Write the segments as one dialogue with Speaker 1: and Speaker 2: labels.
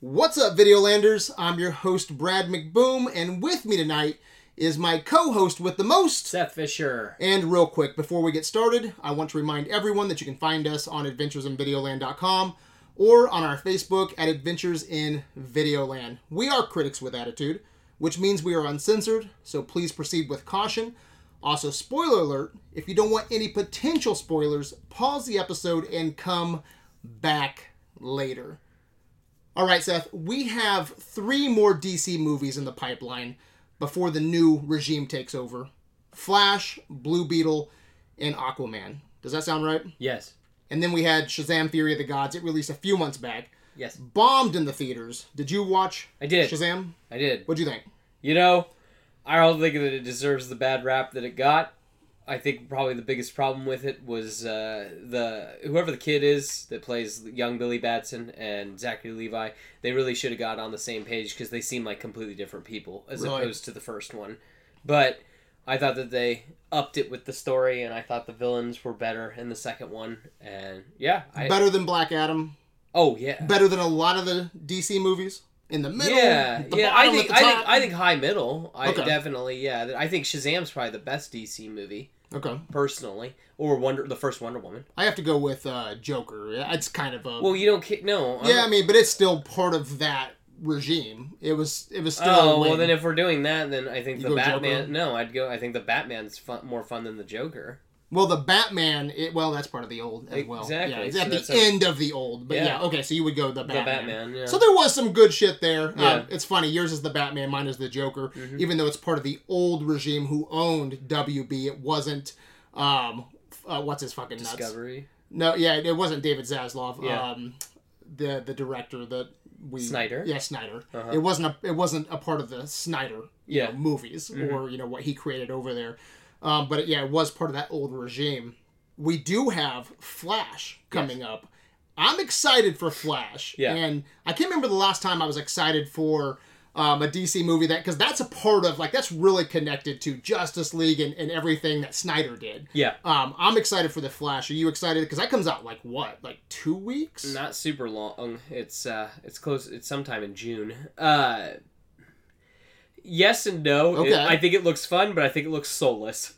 Speaker 1: What's up, Videolanders? I'm your host, Brad McBoom, and with me tonight is my co host with the most.
Speaker 2: Seth Fisher.
Speaker 1: And real quick, before we get started, I want to remind everyone that you can find us on adventuresinvideoland.com or on our Facebook at Adventures in Videoland. We are critics with attitude, which means we are uncensored, so please proceed with caution. Also, spoiler alert if you don't want any potential spoilers, pause the episode and come back later. All right, Seth, we have three more DC movies in the pipeline before the new regime takes over Flash, Blue Beetle, and Aquaman. Does that sound right?
Speaker 2: Yes.
Speaker 1: And then we had Shazam Fury of the Gods. It released a few months back.
Speaker 2: Yes.
Speaker 1: Bombed in the theaters. Did you watch
Speaker 2: I did.
Speaker 1: Shazam?
Speaker 2: I did.
Speaker 1: What'd you think?
Speaker 2: You know, I don't think that it deserves the bad rap that it got. I think probably the biggest problem with it was uh, the whoever the kid is that plays young Billy Batson and Zachary Levi. They really should have got on the same page because they seem like completely different people as
Speaker 1: Right.
Speaker 2: opposed to the first one. But I thought that they upped it with the story, and I thought the villains were better in the second one. And yeah, I,
Speaker 1: better than Black Adam.
Speaker 2: oh yeah,
Speaker 1: Better than a lot of the DC movies. In the middle.
Speaker 2: yeah,
Speaker 1: at the
Speaker 2: yeah. I
Speaker 1: bottom, at
Speaker 2: think
Speaker 1: the
Speaker 2: I think
Speaker 1: top.
Speaker 2: I think high middle. I
Speaker 1: Okay.
Speaker 2: definitely yeah. th- I think Shazam's probably the best DC movie
Speaker 1: Okay.
Speaker 2: personally, or Wonder the first Wonder Woman.
Speaker 1: I have to go with uh, Joker. It's kind of a.
Speaker 2: Well, you don't ki- no. um, oh,
Speaker 1: yeah, I
Speaker 2: I'm-
Speaker 1: mean, but it's still part of that regime. It was. It was still.
Speaker 2: Oh
Speaker 1: when-
Speaker 2: well, then if we're doing that, then I think
Speaker 1: You
Speaker 2: the
Speaker 1: go
Speaker 2: Batman.
Speaker 1: Joker?
Speaker 2: No, I'd go. I think the Batman's fun, more fun than the Joker.
Speaker 1: Well, the Batman. It, well, that's part of the old as well.
Speaker 2: Exactly.
Speaker 1: Yeah, it's
Speaker 2: So
Speaker 1: at
Speaker 2: that's
Speaker 1: the
Speaker 2: a-
Speaker 1: end of the old. But yeah.
Speaker 2: Yeah.
Speaker 1: Okay, so you would go the Batman.
Speaker 2: The Batman. Yeah.
Speaker 1: So there was some good shit there. Um,
Speaker 2: Yeah.
Speaker 1: it's funny. Yours is the Batman, mine is the Joker.
Speaker 2: Mhm.
Speaker 1: Even though it's part of the old regime who owned WB, it wasn't. Um, uh, what's his fucking nuts?
Speaker 2: Discovery.
Speaker 1: No, yeah, it wasn't David Zaslav.
Speaker 2: Yeah.
Speaker 1: Um, the the director that we
Speaker 2: Snyder?
Speaker 1: Yeah, Snyder.
Speaker 2: Uh-huh.
Speaker 1: It wasn't a it wasn't a part of the Snyder you
Speaker 2: Yeah.
Speaker 1: know, movies
Speaker 2: Mhm.
Speaker 1: or you know what he created over there. Um, but yeah, it was part of that old regime. We do have Flash coming up. I'm excited for Flash.
Speaker 2: Yeah.
Speaker 1: And I can't remember the last time I was excited for um, a DC movie that because that's a part of like that's really connected to Justice League and, and everything that Snyder did.
Speaker 2: Yeah.
Speaker 1: Um, I'm excited for the Flash. Are you excited? Because that comes out like what, like two weeks?
Speaker 2: Not super long. It's uh, it's close. It's sometime in June. Uh, yes and no. It-
Speaker 1: Okay.
Speaker 2: I think it looks fun, but I think it looks soulless.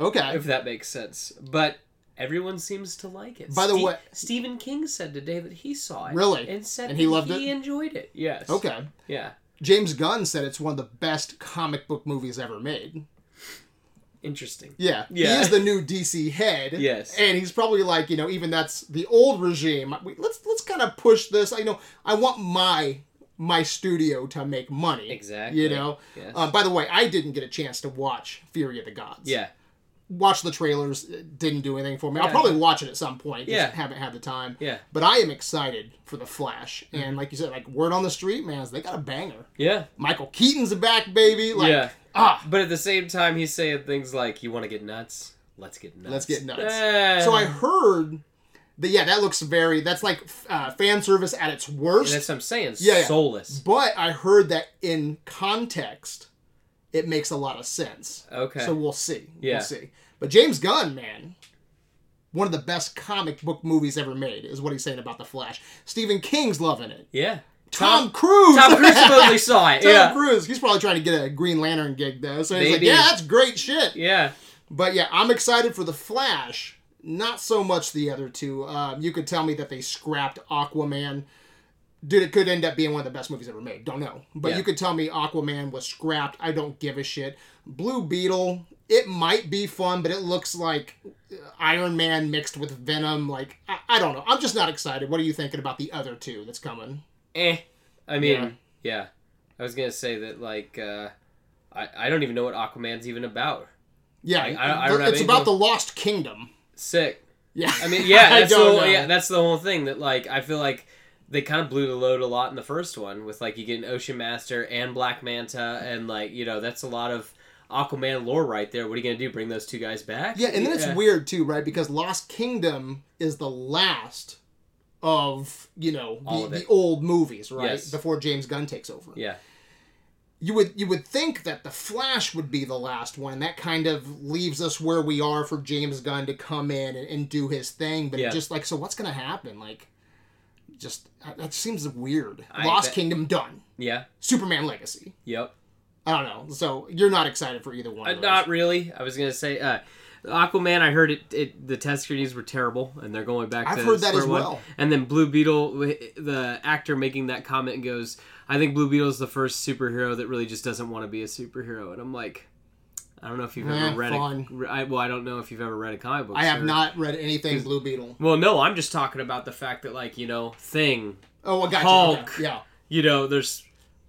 Speaker 1: Okay.
Speaker 2: if that makes sense. But everyone seems to like it.
Speaker 1: By the way-
Speaker 2: Stephen King said today that he saw it.
Speaker 1: Really?
Speaker 2: And said
Speaker 1: And he
Speaker 2: that he
Speaker 1: loved it?
Speaker 2: enjoyed it. Yes.
Speaker 1: Okay.
Speaker 2: Yeah.
Speaker 1: James Gunn said it's one of the best comic book movies ever made.
Speaker 2: Interesting.
Speaker 1: Yeah.
Speaker 2: Yeah.
Speaker 1: He is the new DC head.
Speaker 2: Yes.
Speaker 1: And he's probably like, you know, even that's the old regime. We- Let's let's kind of push this. I you know I want my my studio to make money.
Speaker 2: Exactly.
Speaker 1: You know.
Speaker 2: Yes.
Speaker 1: Uh, by the way, I didn't get a chance to watch Fury of the Gods.
Speaker 2: yeah.
Speaker 1: Watched the trailers. It Didn't do anything for me. I'll
Speaker 2: Yeah.
Speaker 1: probably watch it at some point.
Speaker 2: Yeah.
Speaker 1: Just haven't had the time.
Speaker 2: Yeah. Mm-hmm.
Speaker 1: But I am excited for the Flash, and like you said, like word on the street, man, is they got a banger.
Speaker 2: Yeah.
Speaker 1: Michael Keaton's back, baby. Like,
Speaker 2: yeah.
Speaker 1: ah.
Speaker 2: But at the same time, he's saying things like, "You want to get nuts? Let's get nuts.
Speaker 1: Let's get nuts."
Speaker 2: Eh.
Speaker 1: So I heard that. Yeah, that looks very. That's like uh, fan service at its worst.
Speaker 2: That's what I'm saying.
Speaker 1: Yeah, yeah.
Speaker 2: Soulless.
Speaker 1: but I heard that in context, it makes a lot of sense.
Speaker 2: Okay.
Speaker 1: So we'll see.
Speaker 2: Yeah.
Speaker 1: We'll see. But James Gunn, man, one of the best comic book movies ever made, is what he's saying about the Flash. Stephen King's loving it.
Speaker 2: yeah.
Speaker 1: Tom, Cruise.
Speaker 2: Tom Cruise supposedly saw it.
Speaker 1: Tom
Speaker 2: yeah.
Speaker 1: Cruise. He's probably trying to get a Green Lantern gig though. So he's
Speaker 2: Maybe.
Speaker 1: like, yeah, that's great shit.
Speaker 2: Yeah.
Speaker 1: But yeah, I'm excited for the Flash. Not so much the other two. Um, you could tell me that they scrapped Aquaman. Dude, it could end up being one of the best movies ever made. Don't know. But
Speaker 2: Yeah.
Speaker 1: you could tell me Aquaman was scrapped. I don't give a shit. Blue Beetle, it might be fun, but it looks like uh, Iron Man mixed with Venom. Like, I, I don't know. I'm just not excited. What are you thinking about the other two that's coming?
Speaker 2: eh. I mean,
Speaker 1: Yeah.
Speaker 2: yeah. I was gonna say that like uh, I I don't even know what Aquaman's even about.
Speaker 1: Yeah,
Speaker 2: I- I- I don't have
Speaker 1: it's about the
Speaker 2: anything-
Speaker 1: Lost Kingdom.
Speaker 2: Sick.
Speaker 1: Yeah,
Speaker 2: I mean, yeah,
Speaker 1: I
Speaker 2: that's the
Speaker 1: don't
Speaker 2: whole,
Speaker 1: know.
Speaker 2: yeah, that's the whole thing. That like I feel like they kind of blew the load a lot in the first one with like you get an Ocean Master and Black Manta and like you know that's a lot of Aquaman lore right there. What are you gonna do? Bring those two guys back?
Speaker 1: Yeah, and then it's
Speaker 2: Yeah.
Speaker 1: weird too, right? Because Lost Kingdom is the last of you know
Speaker 2: All
Speaker 1: the,
Speaker 2: of
Speaker 1: the
Speaker 2: it.
Speaker 1: old movies, right?
Speaker 2: Yes.
Speaker 1: Before James Gunn takes over.
Speaker 2: Yeah,
Speaker 1: You would you would think that the Flash would be the last one, and that kind of leaves us where we are for James Gunn to come in and, and do his thing. But it
Speaker 2: Yeah.
Speaker 1: just like so, what's gonna happen? Like, Just that seems weird.
Speaker 2: I
Speaker 1: Lost
Speaker 2: bet-
Speaker 1: Kingdom done.
Speaker 2: Yeah.
Speaker 1: Superman Legacy.
Speaker 2: Yep.
Speaker 1: I don't know. So you're not excited for either one.
Speaker 2: Uh,
Speaker 1: of those.
Speaker 2: not really. I was gonna say uh, Aquaman. I heard it, it. The test screenings were terrible, and they're going back.
Speaker 1: I've
Speaker 2: to
Speaker 1: heard that
Speaker 2: square
Speaker 1: as
Speaker 2: one.
Speaker 1: well.
Speaker 2: And then Blue Beetle, wh- the actor making that comment goes, "I think Blue Beetle's the first superhero that really just doesn't want to be a superhero." And I'm like, I don't know if you've
Speaker 1: Eh,
Speaker 2: ever read
Speaker 1: fine.
Speaker 2: a. re- I, well, I don't know if you've ever read a comic book.
Speaker 1: I have
Speaker 2: sir.
Speaker 1: not read anything Blue Beetle.
Speaker 2: Well, no, I'm just talking about the fact that, like, you know, Thing,
Speaker 1: Oh, I got you.
Speaker 2: Hulk.
Speaker 1: Okay. Yeah.
Speaker 2: you know, there's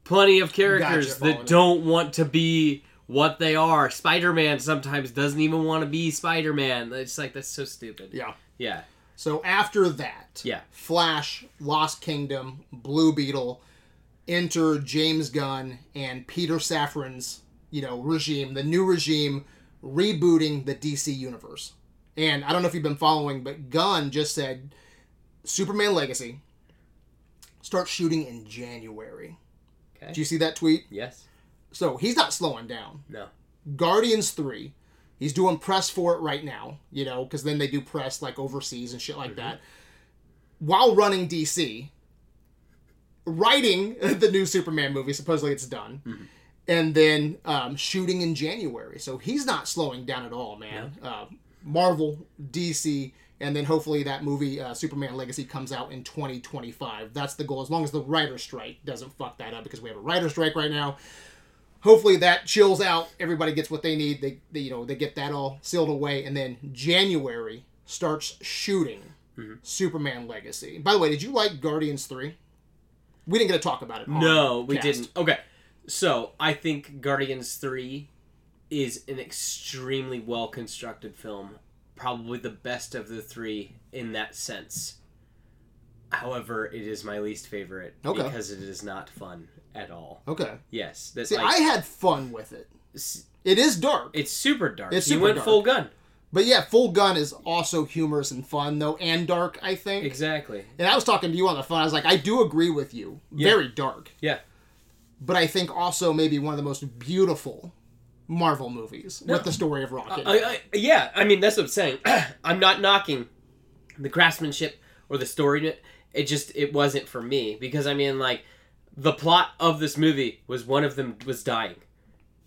Speaker 2: plenty of characters
Speaker 1: Gotcha, Oh, following
Speaker 2: that
Speaker 1: it.
Speaker 2: don't want to be what they are. Spider Man sometimes doesn't even want to be Spider Man. It's like, that's so stupid.
Speaker 1: Yeah.
Speaker 2: Yeah.
Speaker 1: So after that,
Speaker 2: Yeah.
Speaker 1: Flash, Lost Kingdom, Blue Beetle, enter James Gunn and Peter Safran's, you know, regime, the new regime rebooting the DC universe. And I don't know if you've been following, but Gunn just said Superman Legacy start shooting in January.
Speaker 2: Okay.
Speaker 1: Do you see that tweet?
Speaker 2: Yes.
Speaker 1: So he's not slowing down.
Speaker 2: No.
Speaker 1: Guardians 3. He's doing press for it right now, you know, because then they do press like overseas and shit like that. While running DC, writing the new Superman movie, supposedly it's done, and then um, shooting in January. So he's not slowing down at all, man. Uh, Marvel, DC, and then hopefully that movie, uh, Superman Legacy, comes out in 2025. That's the goal, as long as the writer strike doesn't fuck that up, because we have a writer strike right now hopefully that chills out. Everybody gets what they need. They, they you know they get that all sealed away, and then January starts shooting
Speaker 2: Mm-hmm.
Speaker 1: Superman Legacy. By the way, did you like Guardians three? We didn't get to talk about it. on
Speaker 2: No, we
Speaker 1: cast.
Speaker 2: didn't. Okay. So I think Guardians 3 is an extremely well constructed film. Probably the best of the three in that sense. However, it is my least favorite
Speaker 1: Okay.
Speaker 2: because it is not fun at all.
Speaker 1: Okay.
Speaker 2: Yes, that's
Speaker 1: See,
Speaker 2: like
Speaker 1: I had fun with it.
Speaker 2: s-
Speaker 1: It is dark,
Speaker 2: it's super dark.
Speaker 1: It's
Speaker 2: He
Speaker 1: super
Speaker 2: went
Speaker 1: dark.
Speaker 2: full gun.
Speaker 1: but yeah, Full Gun is also humorous and fun though, and dark. I think.
Speaker 2: Exactly.
Speaker 1: And I was talking to you on the phone. I was like, I do agree with you. Very dark.
Speaker 2: Yeah.
Speaker 1: But I think also maybe one of the most beautiful Marvel movies with the story of Rocket.
Speaker 2: I, I, yeah, I mean that's what I'm saying. I'm not knocking the craftsmanship or the story. It just it wasn't for me because I mean like the plot of this movie was one of them was dying.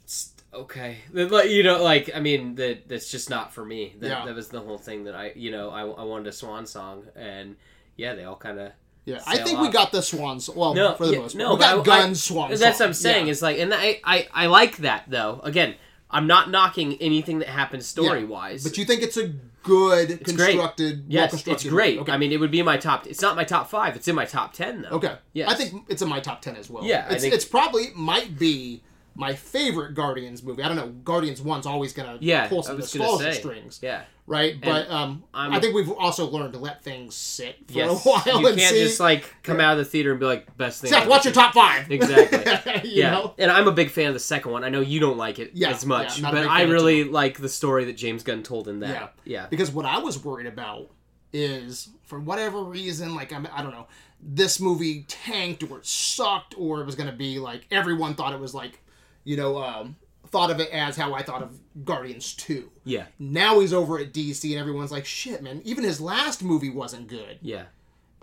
Speaker 2: It's- okay, like you know, like I mean that that's just not for me. That,
Speaker 1: Yeah.
Speaker 2: that was the whole thing that I you know I, I wanted a swan song and yeah they all kind of
Speaker 1: Yeah, I
Speaker 2: sail
Speaker 1: think we
Speaker 2: off.
Speaker 1: got the swans. Well,
Speaker 2: No,
Speaker 1: for the
Speaker 2: yeah,
Speaker 1: most part,
Speaker 2: no,
Speaker 1: we got
Speaker 2: but I-
Speaker 1: gun swans.
Speaker 2: That's what I'm saying. It's like, and I, I, I like that though. Again, I'm not knocking anything that happens story wise.
Speaker 1: But you think it's a good
Speaker 2: great.
Speaker 1: constructed?
Speaker 2: yes, it's
Speaker 1: well-constructed
Speaker 2: great.
Speaker 1: movie. Okay.
Speaker 2: I mean, it would be my top. It's not my top five. It's in my top ten though.
Speaker 1: okay.
Speaker 2: Yes.
Speaker 1: I think it's in my top ten as well.
Speaker 2: Yeah, I
Speaker 1: it's,
Speaker 2: think-
Speaker 1: it's probably might be my favorite Guardians movie. I don't know. Guardians one's always gonna
Speaker 2: Yeah,
Speaker 1: pull
Speaker 2: I
Speaker 1: some of the
Speaker 2: was gonna
Speaker 1: smaller
Speaker 2: say.
Speaker 1: strings,
Speaker 2: Yeah.
Speaker 1: right? But um,
Speaker 2: I'm-
Speaker 1: I think we've also learned to let things sit for
Speaker 2: Yes.
Speaker 1: a while
Speaker 2: you
Speaker 1: and
Speaker 2: can't
Speaker 1: see.
Speaker 2: just like come out of the theater and be like best thing.
Speaker 1: Seth,
Speaker 2: ever.
Speaker 1: what's your top five?
Speaker 2: Exactly.
Speaker 1: you
Speaker 2: Yeah,
Speaker 1: know?
Speaker 2: and I'm a big fan of the second one. I know you don't like it
Speaker 1: Yeah,
Speaker 2: as much,
Speaker 1: yeah, not a
Speaker 2: but
Speaker 1: big
Speaker 2: I
Speaker 1: fan at
Speaker 2: really like the story that James Gunn told in
Speaker 1: Yeah.
Speaker 2: that. Yeah,
Speaker 1: Because what I was worried about is, for whatever reason, like I'm, I don't know, this movie tanked or it sucked or it was going to be like everyone thought it was like, you know, um, thought of it as how I thought of Guardians Two.
Speaker 2: yeah,
Speaker 1: Now he's over at DC and everyone's like, shit, man. Even his last movie wasn't good.
Speaker 2: yeah,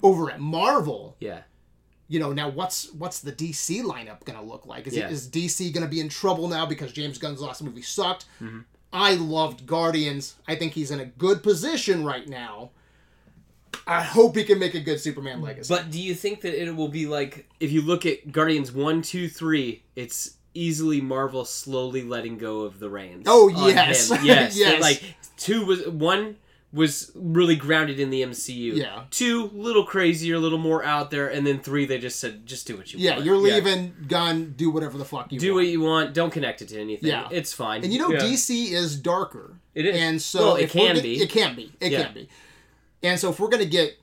Speaker 1: Over at Marvel,
Speaker 2: yeah.
Speaker 1: you know, now what's what's the DC lineup going to look like? Is
Speaker 2: Yeah.
Speaker 1: it, is DC going to be in trouble now because James Gunn's last movie sucked?
Speaker 2: Mm-hmm.
Speaker 1: I loved Guardians. I think he's in a good position right now. I hope he can make a good Superman legacy.
Speaker 2: But do you think that it will be like if you look at Guardians one, two, three? It's easily Marvel slowly letting go of the reins.
Speaker 1: Oh,
Speaker 2: on
Speaker 1: yes.
Speaker 2: him. yes,
Speaker 1: Yes.
Speaker 2: that, Like two was one was really grounded in the MCU.
Speaker 1: Yeah.
Speaker 2: two little crazier, a little more out there, and then three they just said just do what you
Speaker 1: yeah,
Speaker 2: want.
Speaker 1: you're leaving Gunn. Do whatever the fuck you
Speaker 2: Do what
Speaker 1: want.
Speaker 2: you want. Don't connect it to anything.
Speaker 1: Yeah.
Speaker 2: it's fine.
Speaker 1: and you know
Speaker 2: Yeah.
Speaker 1: DC is darker.
Speaker 2: It is.
Speaker 1: And so
Speaker 2: Well, it
Speaker 1: if we're
Speaker 2: can
Speaker 1: gonna-
Speaker 2: be.
Speaker 1: It can be. It
Speaker 2: Yeah.
Speaker 1: can be. And so if we're gonna get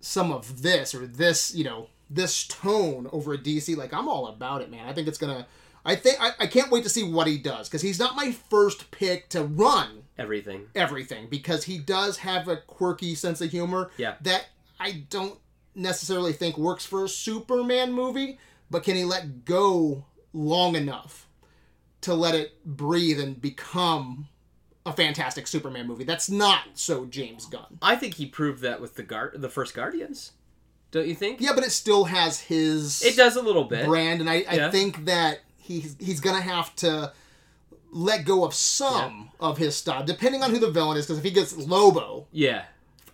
Speaker 1: some of this or this, you know, this tone over at DC, like I'm all about it, man. I think it's gonna. I think I, I can't wait to see what he does because he's not my first pick to run
Speaker 2: everything.
Speaker 1: everything because he does have a quirky sense of humor
Speaker 2: Yeah.
Speaker 1: that I don't necessarily think works for a Superman movie, but can he let go long enough to let it breathe and become a fantastic Superman movie? That's not so James Gunn.
Speaker 2: I think he proved that with the guard, the first Guardians. don't you think?
Speaker 1: Yeah, but it still has his
Speaker 2: It does a little bit.
Speaker 1: brand, and I, I
Speaker 2: Yeah.
Speaker 1: think that he's he's gonna have to let go of some of his stuff, depending on who the villain is. Because if he gets Lobo
Speaker 2: Yeah.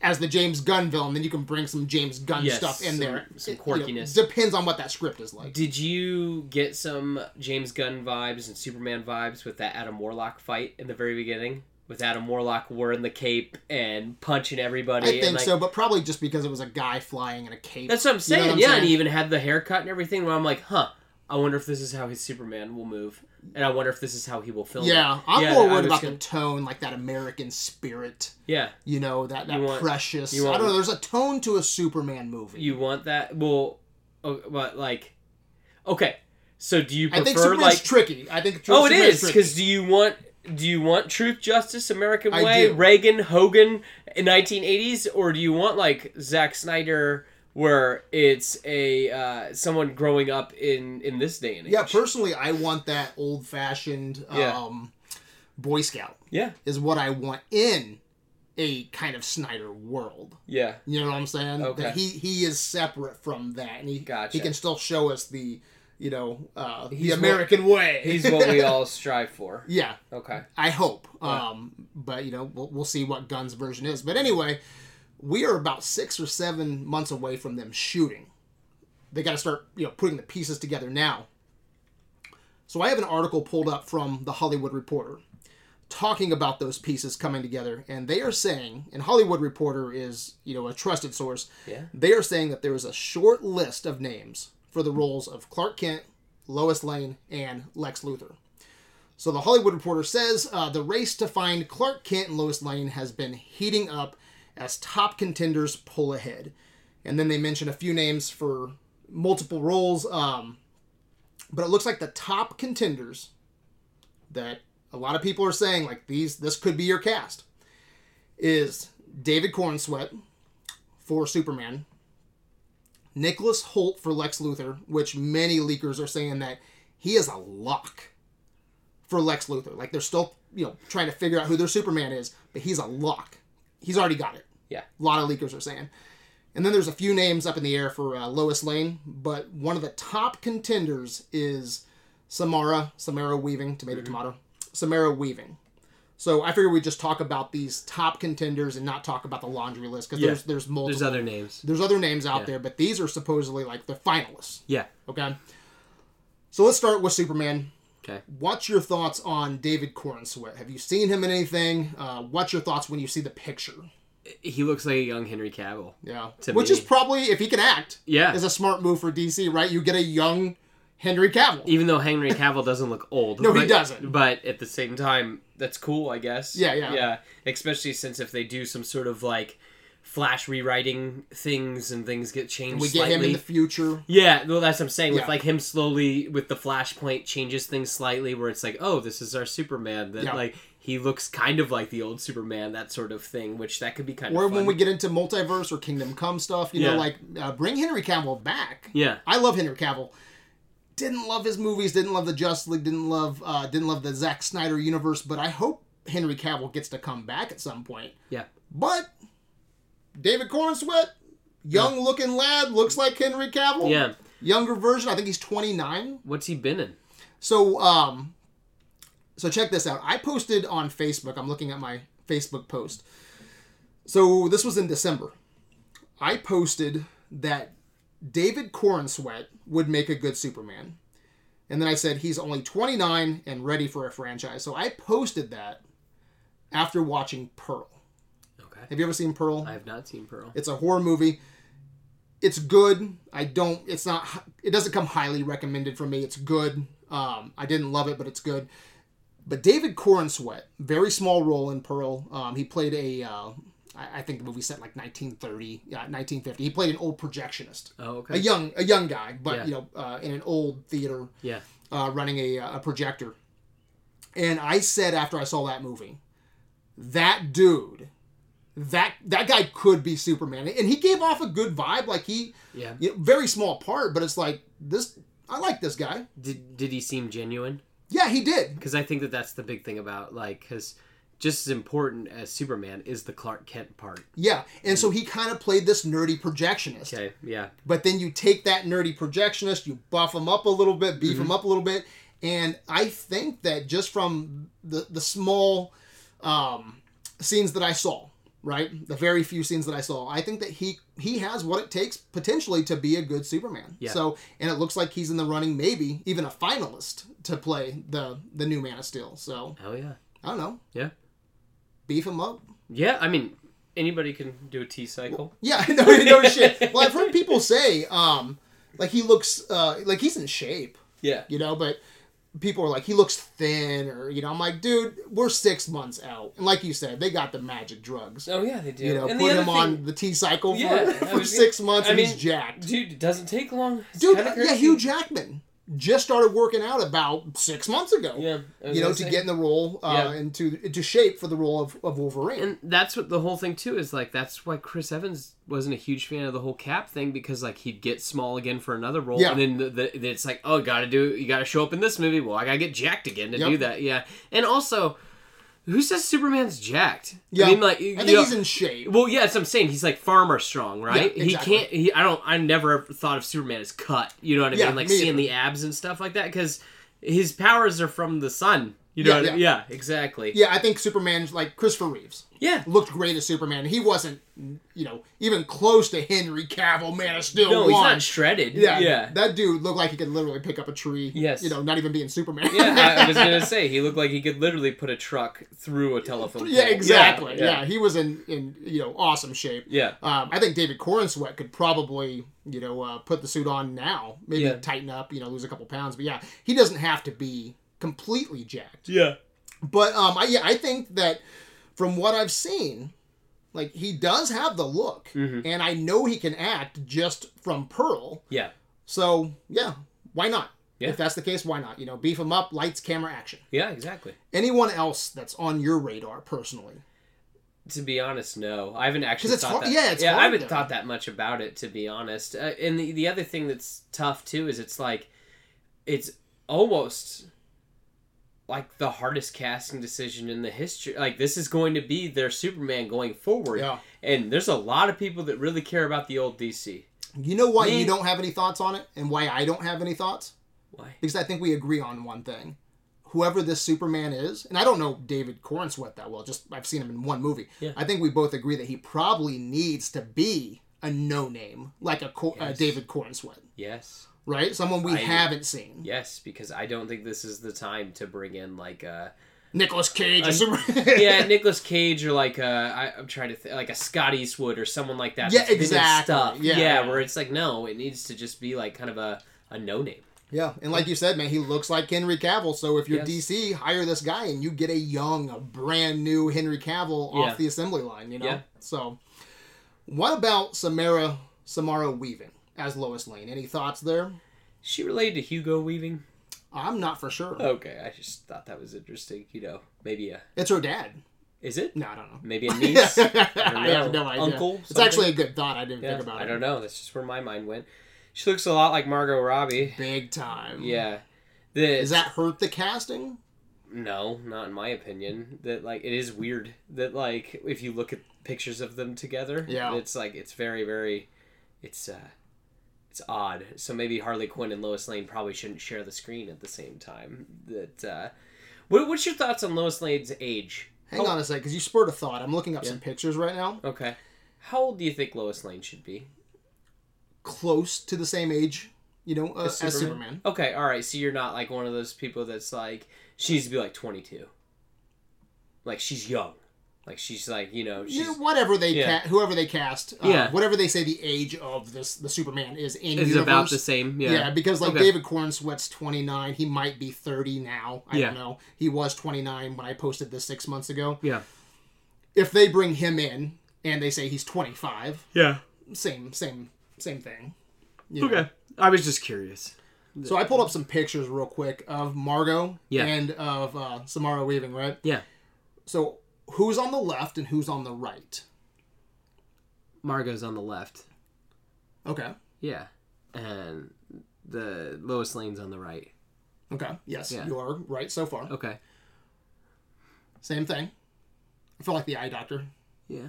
Speaker 1: as the James Gunn villain, then you can bring some James Gunn
Speaker 2: Yes,
Speaker 1: stuff in
Speaker 2: some-
Speaker 1: there.
Speaker 2: some
Speaker 1: It, you know,
Speaker 2: quirkiness.
Speaker 1: depends on what that script is like.
Speaker 2: Did you get some James Gunn vibes and Superman vibes with that Adam Warlock fight in the very beginning? With Adam Warlock wearing the cape and punching everybody.
Speaker 1: I
Speaker 2: and,
Speaker 1: think
Speaker 2: like,
Speaker 1: so, but probably just because it was a guy flying in a cape.
Speaker 2: That's what I'm
Speaker 1: You know
Speaker 2: saying.
Speaker 1: what I'm
Speaker 2: yeah,
Speaker 1: saying?
Speaker 2: and he even had the haircut and everything. Where I'm like, huh. I wonder if this is how his Superman will move, and I wonder if this is how he will film. it.
Speaker 1: yeah, I'm
Speaker 2: Yeah,
Speaker 1: more
Speaker 2: I
Speaker 1: worried
Speaker 2: was
Speaker 1: about
Speaker 2: gonna-
Speaker 1: the tone, like that American spirit.
Speaker 2: yeah.
Speaker 1: You know that that
Speaker 2: You want-
Speaker 1: precious.
Speaker 2: you want-
Speaker 1: I don't know. There's a tone to a Superman movie.
Speaker 2: You want that? Well, oh, but like, okay. So do you
Speaker 1: I
Speaker 2: prefer
Speaker 1: think Superman's
Speaker 2: like?
Speaker 1: tricky. I think
Speaker 2: oh, it
Speaker 1: Superman's
Speaker 2: is
Speaker 1: tricky.
Speaker 2: because do you want? Do you want truth, justice, American
Speaker 1: I
Speaker 2: way,
Speaker 1: do.
Speaker 2: Reagan, Hogan, in 1980s, or do you want like Zack Snyder, where it's a uh, someone growing up in in this day and age?
Speaker 1: Yeah, personally, I want that old fashioned
Speaker 2: Yeah.
Speaker 1: um, Boy Scout
Speaker 2: yeah,
Speaker 1: is what I want in a kind of Snyder world.
Speaker 2: yeah.
Speaker 1: You know what I'm saying?
Speaker 2: Okay.
Speaker 1: That he he is separate from that, and he
Speaker 2: Gotcha.
Speaker 1: he can still show us the you know uh, the
Speaker 2: He's what-
Speaker 1: American way.
Speaker 2: He's what we all strive for.
Speaker 1: yeah,
Speaker 2: Okay.
Speaker 1: I hope. Um, but you know we'll, we'll see what Gunn's version is. But anyway, we are about six or seven months away from them shooting. They got to start you know putting the pieces together now. So I have an article pulled up from the Hollywood Reporter talking about those pieces coming together and they are saying and Hollywood Reporter is, you know, a trusted source.
Speaker 2: Yeah.
Speaker 1: They are saying that there is a short list of names for the roles of Clark Kent, Lois Lane, and Lex Luthor. So the Hollywood Reporter says uh, the race to find Clark Kent and Lois Lane has been heating up as top contenders pull ahead. And then they mention a few names for multiple roles. Um, but it looks like the top contenders that a lot of people are saying like these this could be your cast is David Cornsweet for Superman, Nicholas Holt for Lex Luthor, which many leakers are saying that he is a lock for Lex Luthor. Like they're still you know trying to figure out who their Superman is, but he's a lock. He's already got it.
Speaker 2: Yeah.
Speaker 1: A lot of leakers are saying. And then there's a few names up in the air for uh, Lois Lane, but one of the top contenders is Samara, Samara Weaving,
Speaker 2: Mhm.
Speaker 1: tomato, tomato, Samara Weaving. So I figure we just talk about these top contenders and not talk about the laundry list because
Speaker 2: Yeah.
Speaker 1: there's there's multiple
Speaker 2: There's other names.
Speaker 1: there's other names out there, but these are supposedly like the finalists.
Speaker 2: Yeah.
Speaker 1: Okay. So let's start with Superman.
Speaker 2: Okay.
Speaker 1: What's your thoughts on David Cornsweet? Have you seen him in anything? Uh, what's your thoughts when you see the picture?
Speaker 2: He looks like a young Henry Cavill.
Speaker 1: Yeah,
Speaker 2: To
Speaker 1: which
Speaker 2: me-
Speaker 1: is probably if he can act,
Speaker 2: Yeah.
Speaker 1: is a smart move for DC, right? You get a young Henry Cavill.
Speaker 2: Even though Henry Cavill doesn't look old.
Speaker 1: No, he
Speaker 2: but-
Speaker 1: doesn't.
Speaker 2: But at the same time, that's cool, I guess.
Speaker 1: Yeah, yeah.
Speaker 2: Yeah. Especially since if they do some sort of like flash rewriting things and things get changed
Speaker 1: we get
Speaker 2: slightly.
Speaker 1: him in the future.
Speaker 2: yeah, well, that's what I'm saying.
Speaker 1: Yeah.
Speaker 2: With like him slowly with the flashpoint changes things slightly, where it's like, oh, this is our Superman. That
Speaker 1: Yeah.
Speaker 2: like he looks kind of like the old Superman, that sort of thing. Which that could be kind
Speaker 1: Or
Speaker 2: of fun.
Speaker 1: when we get into multiverse or Kingdom Come stuff, you know,
Speaker 2: Yeah.
Speaker 1: like uh, bring Henry Cavill back.
Speaker 2: yeah,
Speaker 1: I love Henry Cavill. Didn't love his movies. Didn't love the Justice League. Didn't love. Uh, didn't love the Zack Snyder universe. But I hope Henry Cavill gets to come back at some point.
Speaker 2: yeah.
Speaker 1: But David Cornsweet, young looking lad, looks like Henry Cavill.
Speaker 2: Yeah.
Speaker 1: Younger version. I think he's twenty nine.
Speaker 2: What's he been in?
Speaker 1: So um, so check this out. I posted on Facebook. I'm looking at my Facebook post. So this was in December. I posted that David Cornsweet would make a good Superman. And then I said he's only 29 and ready for a franchise. So I posted that after watching Pearl.
Speaker 2: Okay.
Speaker 1: Have you ever seen Pearl?
Speaker 2: I have not seen Pearl.
Speaker 1: It's a horror movie. It's good. I don't. It's not. hi- It doesn't come highly recommended for me. It's good. Um, I didn't love it, but it's good. But David Cornsweet, very small role in Pearl. Um, he played a. Uh, I I think the movie set in, like 1930, yeah, 1950. He played an old projectionist,
Speaker 2: Oh,
Speaker 1: a
Speaker 2: okay.
Speaker 1: young, a young guy, but
Speaker 2: Yeah.
Speaker 1: you know, uh, in an old theater
Speaker 2: Yeah.
Speaker 1: uh, running a, a projector. And I said after I saw that movie, that dude, that that guy could be Superman, and he gave off a good vibe. Like he,
Speaker 2: Yeah.
Speaker 1: you know, very small part, but it's like this. I like this guy.
Speaker 2: Did did he seem genuine?
Speaker 1: Yeah, he did.
Speaker 2: Because I think that that's the big thing about like because just as important as Superman is the Clark Kent part.
Speaker 1: Yeah, and so he kind of played this nerdy projectionist.
Speaker 2: Okay, yeah,
Speaker 1: But then you take that nerdy projectionist, you buff him up a little bit, beef him up a little bit, and I think that just from the the small um, scenes that I saw, right, the very few scenes that I saw, I think that he he has what it takes potentially to be a good Superman.
Speaker 2: Yeah.
Speaker 1: So, and it looks like he's in the running, maybe even a finalist to play the the new Man of Steel. So
Speaker 2: hell yeah,
Speaker 1: I don't know,
Speaker 2: yeah,
Speaker 1: beef him up.
Speaker 2: yeah. I mean, anybody can do a T cycle.
Speaker 1: Yeah, no, no shit. Well, I've heard people say, um, like he looks, uh, like he's in shape,
Speaker 2: Yeah,
Speaker 1: you know, but people are like he looks thin, or you know, I'm like, dude, we're six months out, and like you said, they got the magic drugs,
Speaker 2: oh yeah, they do.
Speaker 1: you know,
Speaker 2: and
Speaker 1: put
Speaker 2: the other
Speaker 1: him
Speaker 2: thing,
Speaker 1: on the T cycle for,
Speaker 2: Yeah, I
Speaker 1: for
Speaker 2: was gonna-
Speaker 1: six months,
Speaker 2: I
Speaker 1: and
Speaker 2: mean,
Speaker 1: he's jacked,
Speaker 2: dude, it doesn't take long. It's
Speaker 1: dude.
Speaker 2: kinda
Speaker 1: yeah,
Speaker 2: crazy.
Speaker 1: Hugh Jackman just started working out about six months ago.
Speaker 2: Yeah, I was
Speaker 1: You know,
Speaker 2: gonna
Speaker 1: to
Speaker 2: say.
Speaker 1: get in the role uh,
Speaker 2: Yeah.
Speaker 1: and to to shape for the role of, of Wolverine.
Speaker 2: and that's what the whole thing too is like that's why chris evans wasn't a huge fan of the whole cap thing because like he'd get small again for another role
Speaker 1: Yeah.
Speaker 2: and then the, the, it's like oh gotta do you gotta show up in this movie well i gotta get jacked again to
Speaker 1: Yep.
Speaker 2: do that yeah and also who says superman's jacked
Speaker 1: yeah,
Speaker 2: i mean like
Speaker 1: I
Speaker 2: you
Speaker 1: think
Speaker 2: know-
Speaker 1: he's in shape.
Speaker 2: well, yeah, that's what I'm saying. He's like farmer strong, right?
Speaker 1: Yeah,
Speaker 2: He
Speaker 1: exactly.
Speaker 2: can't. He, I don't. I never thought of Superman as cut. You know what I
Speaker 1: Yeah,
Speaker 2: mean? Like
Speaker 1: me
Speaker 2: seeing
Speaker 1: either.
Speaker 2: the abs and stuff like that, because his powers are from the sun. You know?
Speaker 1: Yeah,
Speaker 2: what I
Speaker 1: yeah.
Speaker 2: mean? yeah exactly.
Speaker 1: Yeah, I think Superman, like Christopher Reeves,
Speaker 2: yeah.
Speaker 1: looked great as Superman. He wasn't, you know, even close to Henry Cavill. Man of Steel
Speaker 2: No,
Speaker 1: one.
Speaker 2: he's not shredded.
Speaker 1: yeah,
Speaker 2: yeah.
Speaker 1: that dude looked like he could literally pick up a tree.
Speaker 2: Yes.
Speaker 1: you know, not even being Superman.
Speaker 2: yeah, I was gonna say he looked like he could literally put a truck through a telephone.
Speaker 1: Yeah,
Speaker 2: pole.
Speaker 1: exactly. Yeah,
Speaker 2: yeah,
Speaker 1: he was in in you know awesome shape.
Speaker 2: yeah.
Speaker 1: Um, I think David Corn Sweat could probably you know uh, put the suit on now, maybe
Speaker 2: Yeah.
Speaker 1: tighten up, you know, lose a couple pounds. But yeah, he doesn't have to be completely jacked.
Speaker 2: yeah.
Speaker 1: But um, I yeah, I think that from what I've seen, like he does have the look,
Speaker 2: Mm-hmm.
Speaker 1: and I know he can act just from Pearl.
Speaker 2: Yeah.
Speaker 1: So yeah, why not?
Speaker 2: Yeah.
Speaker 1: If that's the case, why not? You know, beef him up, lights, camera, action.
Speaker 2: Yeah, exactly.
Speaker 1: Anyone else that's on your radar personally?
Speaker 2: To be honest, no, I haven't actually
Speaker 1: 'Cause it's
Speaker 2: thought
Speaker 1: hard-
Speaker 2: that.
Speaker 1: yeah, it's
Speaker 2: yeah, I
Speaker 1: hard
Speaker 2: haven't
Speaker 1: to-
Speaker 2: thought that much about it. To be honest, uh, and the the other thing that's tough too is it's like, it's almost like the hardest casting decision in the history. Like this is going to be their Superman going forward.
Speaker 1: Yeah.
Speaker 2: And there's a lot of people that really care about the old DC.
Speaker 1: You know why
Speaker 2: Me.
Speaker 1: you don't have any thoughts on it, and why I don't have any thoughts?
Speaker 2: Why?
Speaker 1: Because I think we agree on one thing. Whoever this Superman is, and I don't know David Corn Sweat that well, just I've seen him in one movie.
Speaker 2: Yeah.
Speaker 1: I think we both agree that he probably needs to be a no name, like a, Cor- uh
Speaker 2: Yes.
Speaker 1: David Corn Sweat,
Speaker 2: Yes.
Speaker 1: right? Someone we
Speaker 2: I-
Speaker 1: haven't seen.
Speaker 2: Yes, because I don't think this is the time to bring in like a
Speaker 1: Nicholas Cage. or
Speaker 2: Uh,
Speaker 1: Superman.
Speaker 2: yeah Nicolas Cage or like a I, I'm trying to th- like a Scott Eastwood or someone like that.
Speaker 1: Yeah,
Speaker 2: that's been in
Speaker 1: exactly. Yeah,
Speaker 2: Yeah,
Speaker 1: yeah.
Speaker 2: where it's like no, it needs to just be like kind of a, a no name.
Speaker 1: Yeah, and like you said, man, he looks like Henry Cavill. So if you're
Speaker 2: Yes.
Speaker 1: DC, hire this guy, and you get a young, a brand new Henry Cavill
Speaker 2: Yeah.
Speaker 1: off the assembly line. You know.
Speaker 2: Yeah.
Speaker 1: So, what about Samara Samara Weaving as Lois Lane? Any thoughts there?
Speaker 2: She related to Hugo Weaving.
Speaker 1: I'm not for sure.
Speaker 2: Okay, I just thought that was interesting. You know, maybe a
Speaker 1: It's her dad.
Speaker 2: is it
Speaker 1: No, I don't know.
Speaker 2: maybe a niece? I, don't
Speaker 1: I have
Speaker 2: know.
Speaker 1: no idea.
Speaker 2: Uncle.
Speaker 1: it's
Speaker 2: something?
Speaker 1: actually a good thought. I didn't
Speaker 2: Yeah,
Speaker 1: think about
Speaker 2: I
Speaker 1: it.
Speaker 2: don't know. That's just where my mind went. She looks a lot like Margot Robbie.
Speaker 1: Big time.
Speaker 2: Yeah. The,
Speaker 1: Does that hurt the casting?
Speaker 2: No, not in my opinion. That like it is weird that like if you look at pictures of them together,
Speaker 1: Yeah.
Speaker 2: it's like it's very very, it's uh, it's odd. So maybe Harley Quinn and Lois Lane probably shouldn't share the screen at the same time. That uh, what, what's your thoughts on Lois Lane's age?
Speaker 1: Hang on a sec, because you spurred a thought. I'm looking up some pictures right now.
Speaker 2: Okay, how old do you think Lois Lane should be?
Speaker 1: Close to the same age, you know, uh, as Superman.
Speaker 2: Okay, all right. So you're not like one of those people that's like she needs to be like 22. Like she's young. Like she's like you know she's
Speaker 1: Yeah, whatever they
Speaker 2: Yeah.
Speaker 1: ca- whoever they cast, uh,
Speaker 2: Yeah.
Speaker 1: whatever they say the age of this the Superman is in
Speaker 2: is
Speaker 1: universe.
Speaker 2: about the same.
Speaker 1: yeah. because like
Speaker 2: Okay.
Speaker 1: David Corn Sweat's twenty nine, he might be thirty now. I
Speaker 2: Yeah.
Speaker 1: don't know. He was twenty nine when I posted this six months ago.
Speaker 2: Yeah.
Speaker 1: If they bring him in and they say he's twenty five,
Speaker 2: Yeah.
Speaker 1: same same same thing.
Speaker 2: Okay. I was just curious.
Speaker 1: So I pulled up some pictures real quick of Margot
Speaker 2: Yeah.
Speaker 1: and of uh, Samara Weaving, right?
Speaker 2: Yeah.
Speaker 1: So who's on the left and who's on the right?
Speaker 2: Margot's on the left.
Speaker 1: Okay.
Speaker 2: Yeah. And the Lois Lane's on the right.
Speaker 1: Okay. Yes,
Speaker 2: Yeah.
Speaker 1: you are right so far.
Speaker 2: Okay.
Speaker 1: Same thing. I feel like the eye doctor.
Speaker 2: Yeah.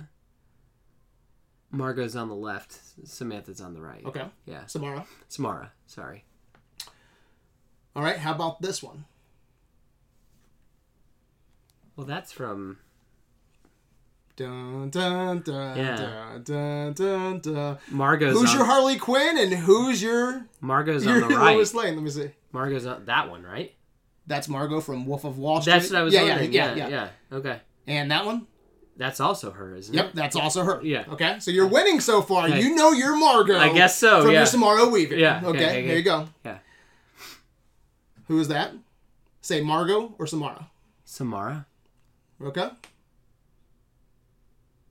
Speaker 2: Margot's on the left. Samantha's on the right.
Speaker 1: Okay.
Speaker 2: Yeah.
Speaker 1: Samara.
Speaker 2: Samara. Sorry.
Speaker 1: All right, how about this one?
Speaker 2: Well, that's from.
Speaker 1: Dun, dun, dun,
Speaker 2: Yeah.
Speaker 1: dun, dun, dun, dun.
Speaker 2: Margot's
Speaker 1: Who's
Speaker 2: on,
Speaker 1: your Harley Quinn and who's your,
Speaker 2: Margot's
Speaker 1: your
Speaker 2: on the right.
Speaker 1: Lois Lane? Let me see.
Speaker 2: Margot's on that one, right?
Speaker 1: That's Margot from Wolf of Wall Street.
Speaker 2: That's what I was wondering. Yeah yeah, Okay.
Speaker 1: And that one?
Speaker 2: That's also her, isn't
Speaker 1: Yep,
Speaker 2: it?
Speaker 1: that's also her.
Speaker 2: Yeah.
Speaker 1: Okay, so you're winning so far.
Speaker 2: Okay.
Speaker 1: You know you're Margot.
Speaker 2: I guess so,
Speaker 1: From
Speaker 2: yeah.
Speaker 1: your Samara Weaver.
Speaker 2: Yeah,
Speaker 1: Okay,
Speaker 2: yeah, yeah, yeah.
Speaker 1: there you go.
Speaker 2: Yeah.
Speaker 1: Who is that? Say Margot or Samara.
Speaker 2: Samara.
Speaker 1: Okay.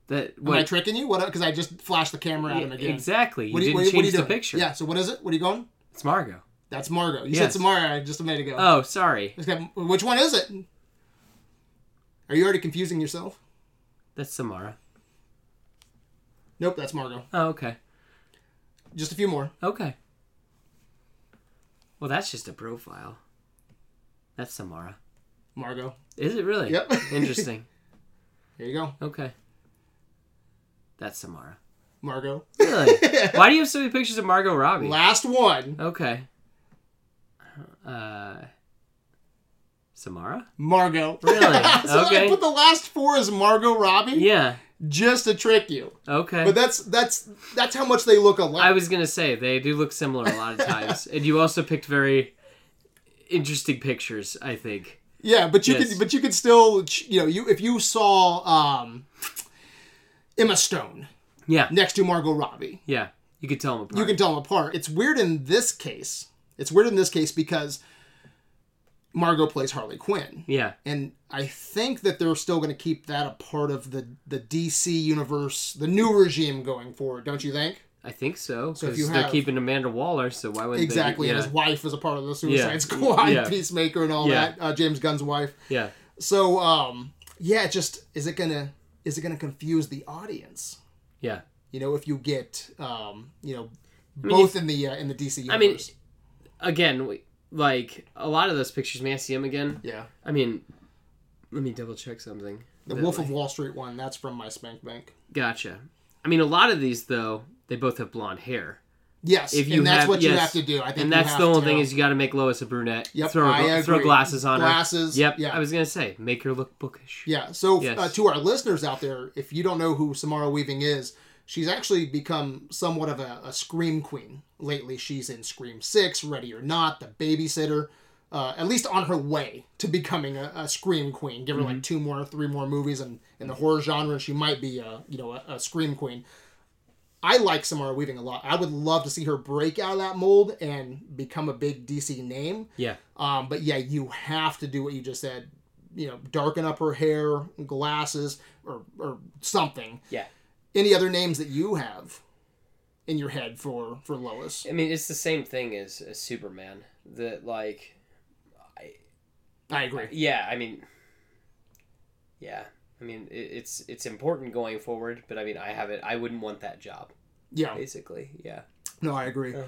Speaker 2: That
Speaker 1: Am I
Speaker 2: what?
Speaker 1: tricking you? What? Because I just flashed the camera at him again.
Speaker 2: exactly. You
Speaker 1: What do
Speaker 2: didn't
Speaker 1: what do
Speaker 2: change
Speaker 1: you
Speaker 2: the
Speaker 1: doing?
Speaker 2: picture.
Speaker 1: Yeah. So what is it? What are you going?
Speaker 2: It's Margot.
Speaker 1: That's Margot. You
Speaker 2: Yes.
Speaker 1: said Samara just a minute ago.
Speaker 2: Oh, sorry.
Speaker 1: It's got- Which one is it? Are you already confusing yourself?
Speaker 2: That's Samara.
Speaker 1: Nope, that's Margot.
Speaker 2: Oh, okay.
Speaker 1: Just a few more.
Speaker 2: Okay. Well, that's just a profile. That's Samara.
Speaker 1: Margot.
Speaker 2: Is it really?
Speaker 1: Yep.
Speaker 2: Interesting.
Speaker 1: Here you go.
Speaker 2: Okay. That's Samara.
Speaker 1: Margot.
Speaker 2: Really? Why do you have so many pictures of Margot Robbie?
Speaker 1: Last one.
Speaker 2: Okay. Uh, Samara?
Speaker 1: Margot.
Speaker 2: Really?
Speaker 1: so I
Speaker 2: Okay.
Speaker 1: put the last four as Margot Robbie
Speaker 2: Yeah.
Speaker 1: just to trick you.
Speaker 2: Okay.
Speaker 1: But that's that's that's how much they look
Speaker 2: I
Speaker 1: alike.
Speaker 2: was gonna say they do look similar a lot of times, and you also picked very interesting pictures. I think.
Speaker 1: yeah, but you
Speaker 2: Yes.
Speaker 1: could but you could still ch- you know you if you saw um Emma Stone
Speaker 2: Yeah.
Speaker 1: next to Margot Robbie,
Speaker 2: Yeah. You could tell them apart.
Speaker 1: you can tell them apart. It's weird in this case. It's weird in this case because Margot plays Harley Quinn.
Speaker 2: Yeah.
Speaker 1: and I think that they're still going to keep that a part of the the DC universe, the new regime going forward. Don't you think?
Speaker 2: I think so.
Speaker 1: if
Speaker 2: Because
Speaker 1: you
Speaker 2: they're
Speaker 1: have-
Speaker 2: keeping Amanda Waller, so why wouldn't
Speaker 1: Exactly,
Speaker 2: They,
Speaker 1: and
Speaker 2: yeah.
Speaker 1: his wife is a part of the Suicide
Speaker 2: Yeah.
Speaker 1: Squad,
Speaker 2: Yeah.
Speaker 1: Peacemaker, and all
Speaker 2: Yeah.
Speaker 1: that. Uh, James Gunn's wife.
Speaker 2: yeah.
Speaker 1: So, um, yeah, it just is it gonna is it gonna confuse the audience?
Speaker 2: Yeah.
Speaker 1: You know, if you get um, you know both in the uh, in the DC universe.
Speaker 2: I mean, again, we, like a lot of those pictures. May I see them again?
Speaker 1: yeah,
Speaker 2: I mean, let me double check something.
Speaker 1: the
Speaker 2: That,
Speaker 1: Wolf
Speaker 2: like-
Speaker 1: of Wall Street one. That's from my Spank Bank.
Speaker 2: Gotcha. I mean, a lot of these though, they both have blonde hair,
Speaker 1: Yes,
Speaker 2: If you
Speaker 1: and that's
Speaker 2: have-
Speaker 1: what you
Speaker 2: yes.
Speaker 1: have to do. I think
Speaker 2: and
Speaker 1: you
Speaker 2: that's
Speaker 1: have
Speaker 2: the only
Speaker 1: to-
Speaker 2: thing is you got to make Lois a brunette.
Speaker 1: Yep,
Speaker 2: throw,
Speaker 1: I
Speaker 2: gla- throw
Speaker 1: agree.
Speaker 2: glasses on
Speaker 1: Glasses,
Speaker 2: her. Yep.
Speaker 1: yeah.
Speaker 2: I was gonna say, make her look bookish.
Speaker 1: Yeah. So
Speaker 2: Yes.
Speaker 1: uh, to our listeners out there, if you don't know who Samara Weaving is, she's actually become somewhat of a, a scream queen lately. She's in Scream Six, Ready or Not, The Babysitter. Uh, at least on her way to becoming a, a scream queen. Give her like two more, three more movies, and in the horror genre, she might be a you know a, a scream queen. I like Samara Weaving a lot. I would love to see her break out of that mold and become a big DC name.
Speaker 2: Yeah.
Speaker 1: Um, but yeah, you have to do what you just said. You know, darken up her hair, glasses, or or something.
Speaker 2: Yeah.
Speaker 1: Any other names that you have in your head for for Lois?
Speaker 2: I mean, it's the same thing as, as Superman. That like,
Speaker 1: I agree.
Speaker 2: yeah. I mean, yeah. I mean, it, it's it's important going forward, but I mean, I haven't. I wouldn't want that job.
Speaker 1: Yeah.
Speaker 2: Basically, yeah.
Speaker 1: No, I agree.
Speaker 2: Yeah.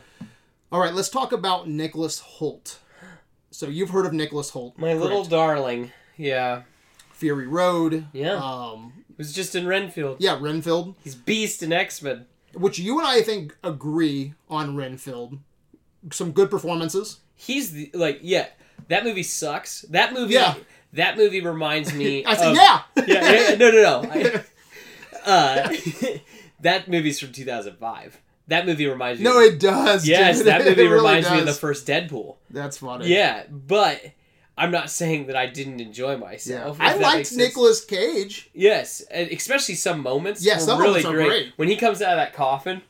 Speaker 1: All right, let's talk about Nicholas Holt. So you've heard of Nicholas Holt?
Speaker 2: My little darling. Yeah.
Speaker 1: Fury Road.
Speaker 2: Yeah.
Speaker 1: Um,
Speaker 2: It was just in Renfield.
Speaker 1: yeah, Renfield.
Speaker 2: He's Beast in X Men.
Speaker 1: Which you and I, I think agree on Renfield. Some good performances.
Speaker 2: He's the, like, yeah. That movie sucks. That movie.
Speaker 1: Yeah.
Speaker 2: That movie reminds me.
Speaker 1: I said,
Speaker 2: of-
Speaker 1: yeah.
Speaker 2: yeah, yeah, No, no, no. I- uh, that movie's from 2005. That movie reminds me.
Speaker 1: No, it does.
Speaker 2: yes,
Speaker 1: dude.
Speaker 2: that
Speaker 1: It
Speaker 2: movie
Speaker 1: really
Speaker 2: reminds me of the
Speaker 1: does.
Speaker 2: first Deadpool.
Speaker 1: That's funny.
Speaker 2: Yeah, but I'm not saying that I didn't enjoy
Speaker 1: Yeah.
Speaker 2: myself. if
Speaker 1: I
Speaker 2: that makes
Speaker 1: liked
Speaker 2: sense.
Speaker 1: Nicolas Cage.
Speaker 2: Yes, and especially some moments.
Speaker 1: Yeah,
Speaker 2: were
Speaker 1: some
Speaker 2: really
Speaker 1: moments are
Speaker 2: great.
Speaker 1: great.
Speaker 2: When he comes out of that coffin,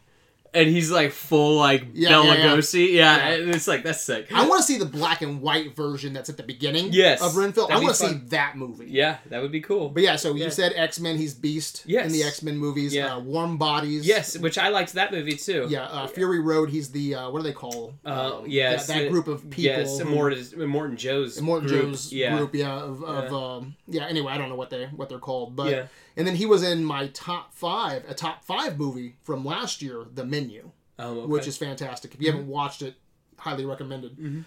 Speaker 2: and he's like full like
Speaker 1: Yeah,
Speaker 2: Bela
Speaker 1: yeah, yeah.
Speaker 2: Lugosi. Yeah,
Speaker 1: Yeah.
Speaker 2: and it's like that's sick.
Speaker 1: I want to see the black and white version that's at the beginning
Speaker 2: Yes,
Speaker 1: of Renfield. I
Speaker 2: that'd be
Speaker 1: want to see
Speaker 2: fun.
Speaker 1: that movie.
Speaker 2: yeah, that would be cool.
Speaker 1: But yeah, so you
Speaker 2: Yeah.
Speaker 1: said X Men, he's Beast
Speaker 2: Yes.
Speaker 1: in the X Men movies.
Speaker 2: Yeah.
Speaker 1: Uh, Warm Bodies.
Speaker 2: yes, which I liked that movie too.
Speaker 1: Yeah, uh, Fury Road, he's the, uh, what do they call
Speaker 2: Uh,
Speaker 1: um,
Speaker 2: yes,
Speaker 1: that, that
Speaker 2: uh,
Speaker 1: group of people?
Speaker 2: Yes,
Speaker 1: who-
Speaker 2: Morton, Morton Joe's
Speaker 1: Morton
Speaker 2: group.
Speaker 1: Joe's
Speaker 2: yeah.
Speaker 1: group, yeah, of, of
Speaker 2: Yeah.
Speaker 1: Um, yeah. Anyway, I don't know what they what they're called, but
Speaker 2: Yeah.
Speaker 1: and then he was in my top five, a top five movie from last year, The Menu.
Speaker 2: Oh, okay. Mm-hmm.
Speaker 1: which is fantastic. If you haven't watched it, highly recommended.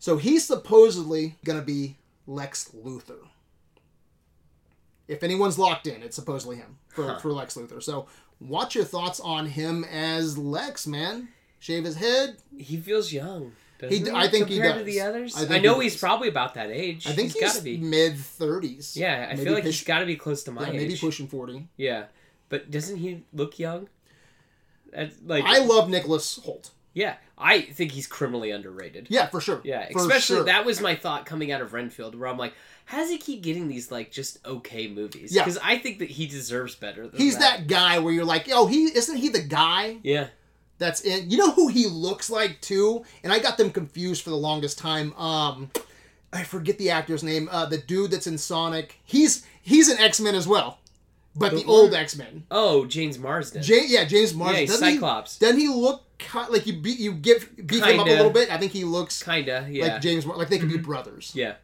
Speaker 1: So he's supposedly going to be Lex Luthor. if anyone's locked in, it's supposedly him for,
Speaker 2: Huh.
Speaker 1: for Lex Luthor. So, what's your thoughts on him as Lex, man? Shave his head.
Speaker 2: He feels young. doesn't
Speaker 1: He d- I think he
Speaker 2: compared
Speaker 1: does.
Speaker 2: to the others.
Speaker 1: I
Speaker 2: I,
Speaker 1: think
Speaker 2: know
Speaker 1: he
Speaker 2: he's
Speaker 1: does.
Speaker 2: probably about that age.
Speaker 1: I think
Speaker 2: he's
Speaker 1: he's,
Speaker 2: got to be.
Speaker 1: mid 30s.
Speaker 2: Yeah, I
Speaker 1: maybe
Speaker 2: feel like
Speaker 1: push-
Speaker 2: he's got to be close to my
Speaker 1: Yeah,
Speaker 2: age.
Speaker 1: maybe pushing 40.
Speaker 2: Yeah, but doesn't he look young? That's like
Speaker 1: I love Nicholas Holt.
Speaker 2: yeah, I think he's criminally underrated.
Speaker 1: Yeah, for sure.
Speaker 2: Yeah,
Speaker 1: For
Speaker 2: especially
Speaker 1: sure.
Speaker 2: that was my thought coming out of Renfield, where I'm like, how does he keep getting these like just okay movies?
Speaker 1: Yeah.
Speaker 2: because I think that he deserves better. Than
Speaker 1: He's that guy where you're like, oh, he isn't he the guy
Speaker 2: Yeah,
Speaker 1: that's in? You know who he looks like too? And I got them confused for the longest time. Um, I forget the actor's name. Uh, the dude that's in Sonic. He's he's an X Men as well, but the,
Speaker 2: The
Speaker 1: old
Speaker 2: one-
Speaker 1: X Men.
Speaker 2: Oh, James Marsden.
Speaker 1: Ja- yeah, James Marsden.
Speaker 2: yeah, he's
Speaker 1: doesn't he-
Speaker 2: Cyclops.
Speaker 1: doesn't he look ki- like you beat you give beat him up a
Speaker 2: Kinda.
Speaker 1: little bit? I think he looks
Speaker 2: Kinda. Yeah. Mm-hmm.
Speaker 1: like James. Mar- like they could be brothers.
Speaker 2: yeah.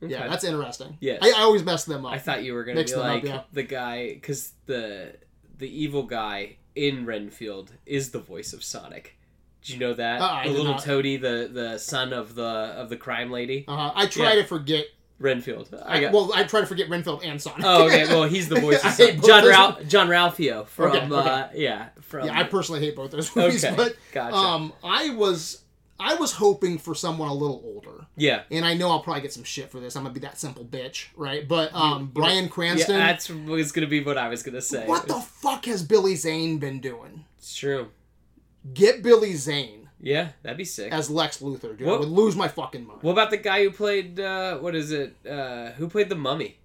Speaker 1: Yeah,
Speaker 2: Okay.
Speaker 1: that's interesting.
Speaker 2: Yes.
Speaker 1: I, I always mess them up.
Speaker 2: I thought you were gonna
Speaker 1: Mix
Speaker 2: be
Speaker 1: them up,
Speaker 2: like
Speaker 1: yeah.
Speaker 2: the guy because the the evil guy in Renfield is the voice of Sonic. Did you know that?
Speaker 1: Uh, I
Speaker 2: the
Speaker 1: did
Speaker 2: little
Speaker 1: not.
Speaker 2: toady, the the son of the of the crime lady,
Speaker 1: uh, I try
Speaker 2: Yeah.
Speaker 1: to forget
Speaker 2: Renfield. I got.
Speaker 1: well, I try to forget Renfield and Sonic.
Speaker 2: oh, okay. Well, he's the voice
Speaker 1: I
Speaker 2: of
Speaker 1: hate
Speaker 2: Sonic.
Speaker 1: both
Speaker 2: John
Speaker 1: those-
Speaker 2: Ralph John Ralphio from
Speaker 1: Okay, okay.
Speaker 2: uh yeah from
Speaker 1: yeah, I personally hate both those movies,
Speaker 2: okay
Speaker 1: but
Speaker 2: gotcha
Speaker 1: um, I was I was hoping for someone a little older,
Speaker 2: yeah.
Speaker 1: and I know I'll probably get some shit for this. I'm gonna be that simple bitch, right? But um, Brian
Speaker 2: Yeah,
Speaker 1: Cranston,
Speaker 2: that's was gonna be what I was gonna say.
Speaker 1: what the fuck has Billy Zane been doing?
Speaker 2: It's true.
Speaker 1: Get Billy Zane
Speaker 2: Yeah, that'd be sick.
Speaker 1: as Lex Luthor, dude. I
Speaker 2: What-
Speaker 1: would lose my fucking mind.
Speaker 2: What about the guy who played uh, what is it? Uh, who played the mummy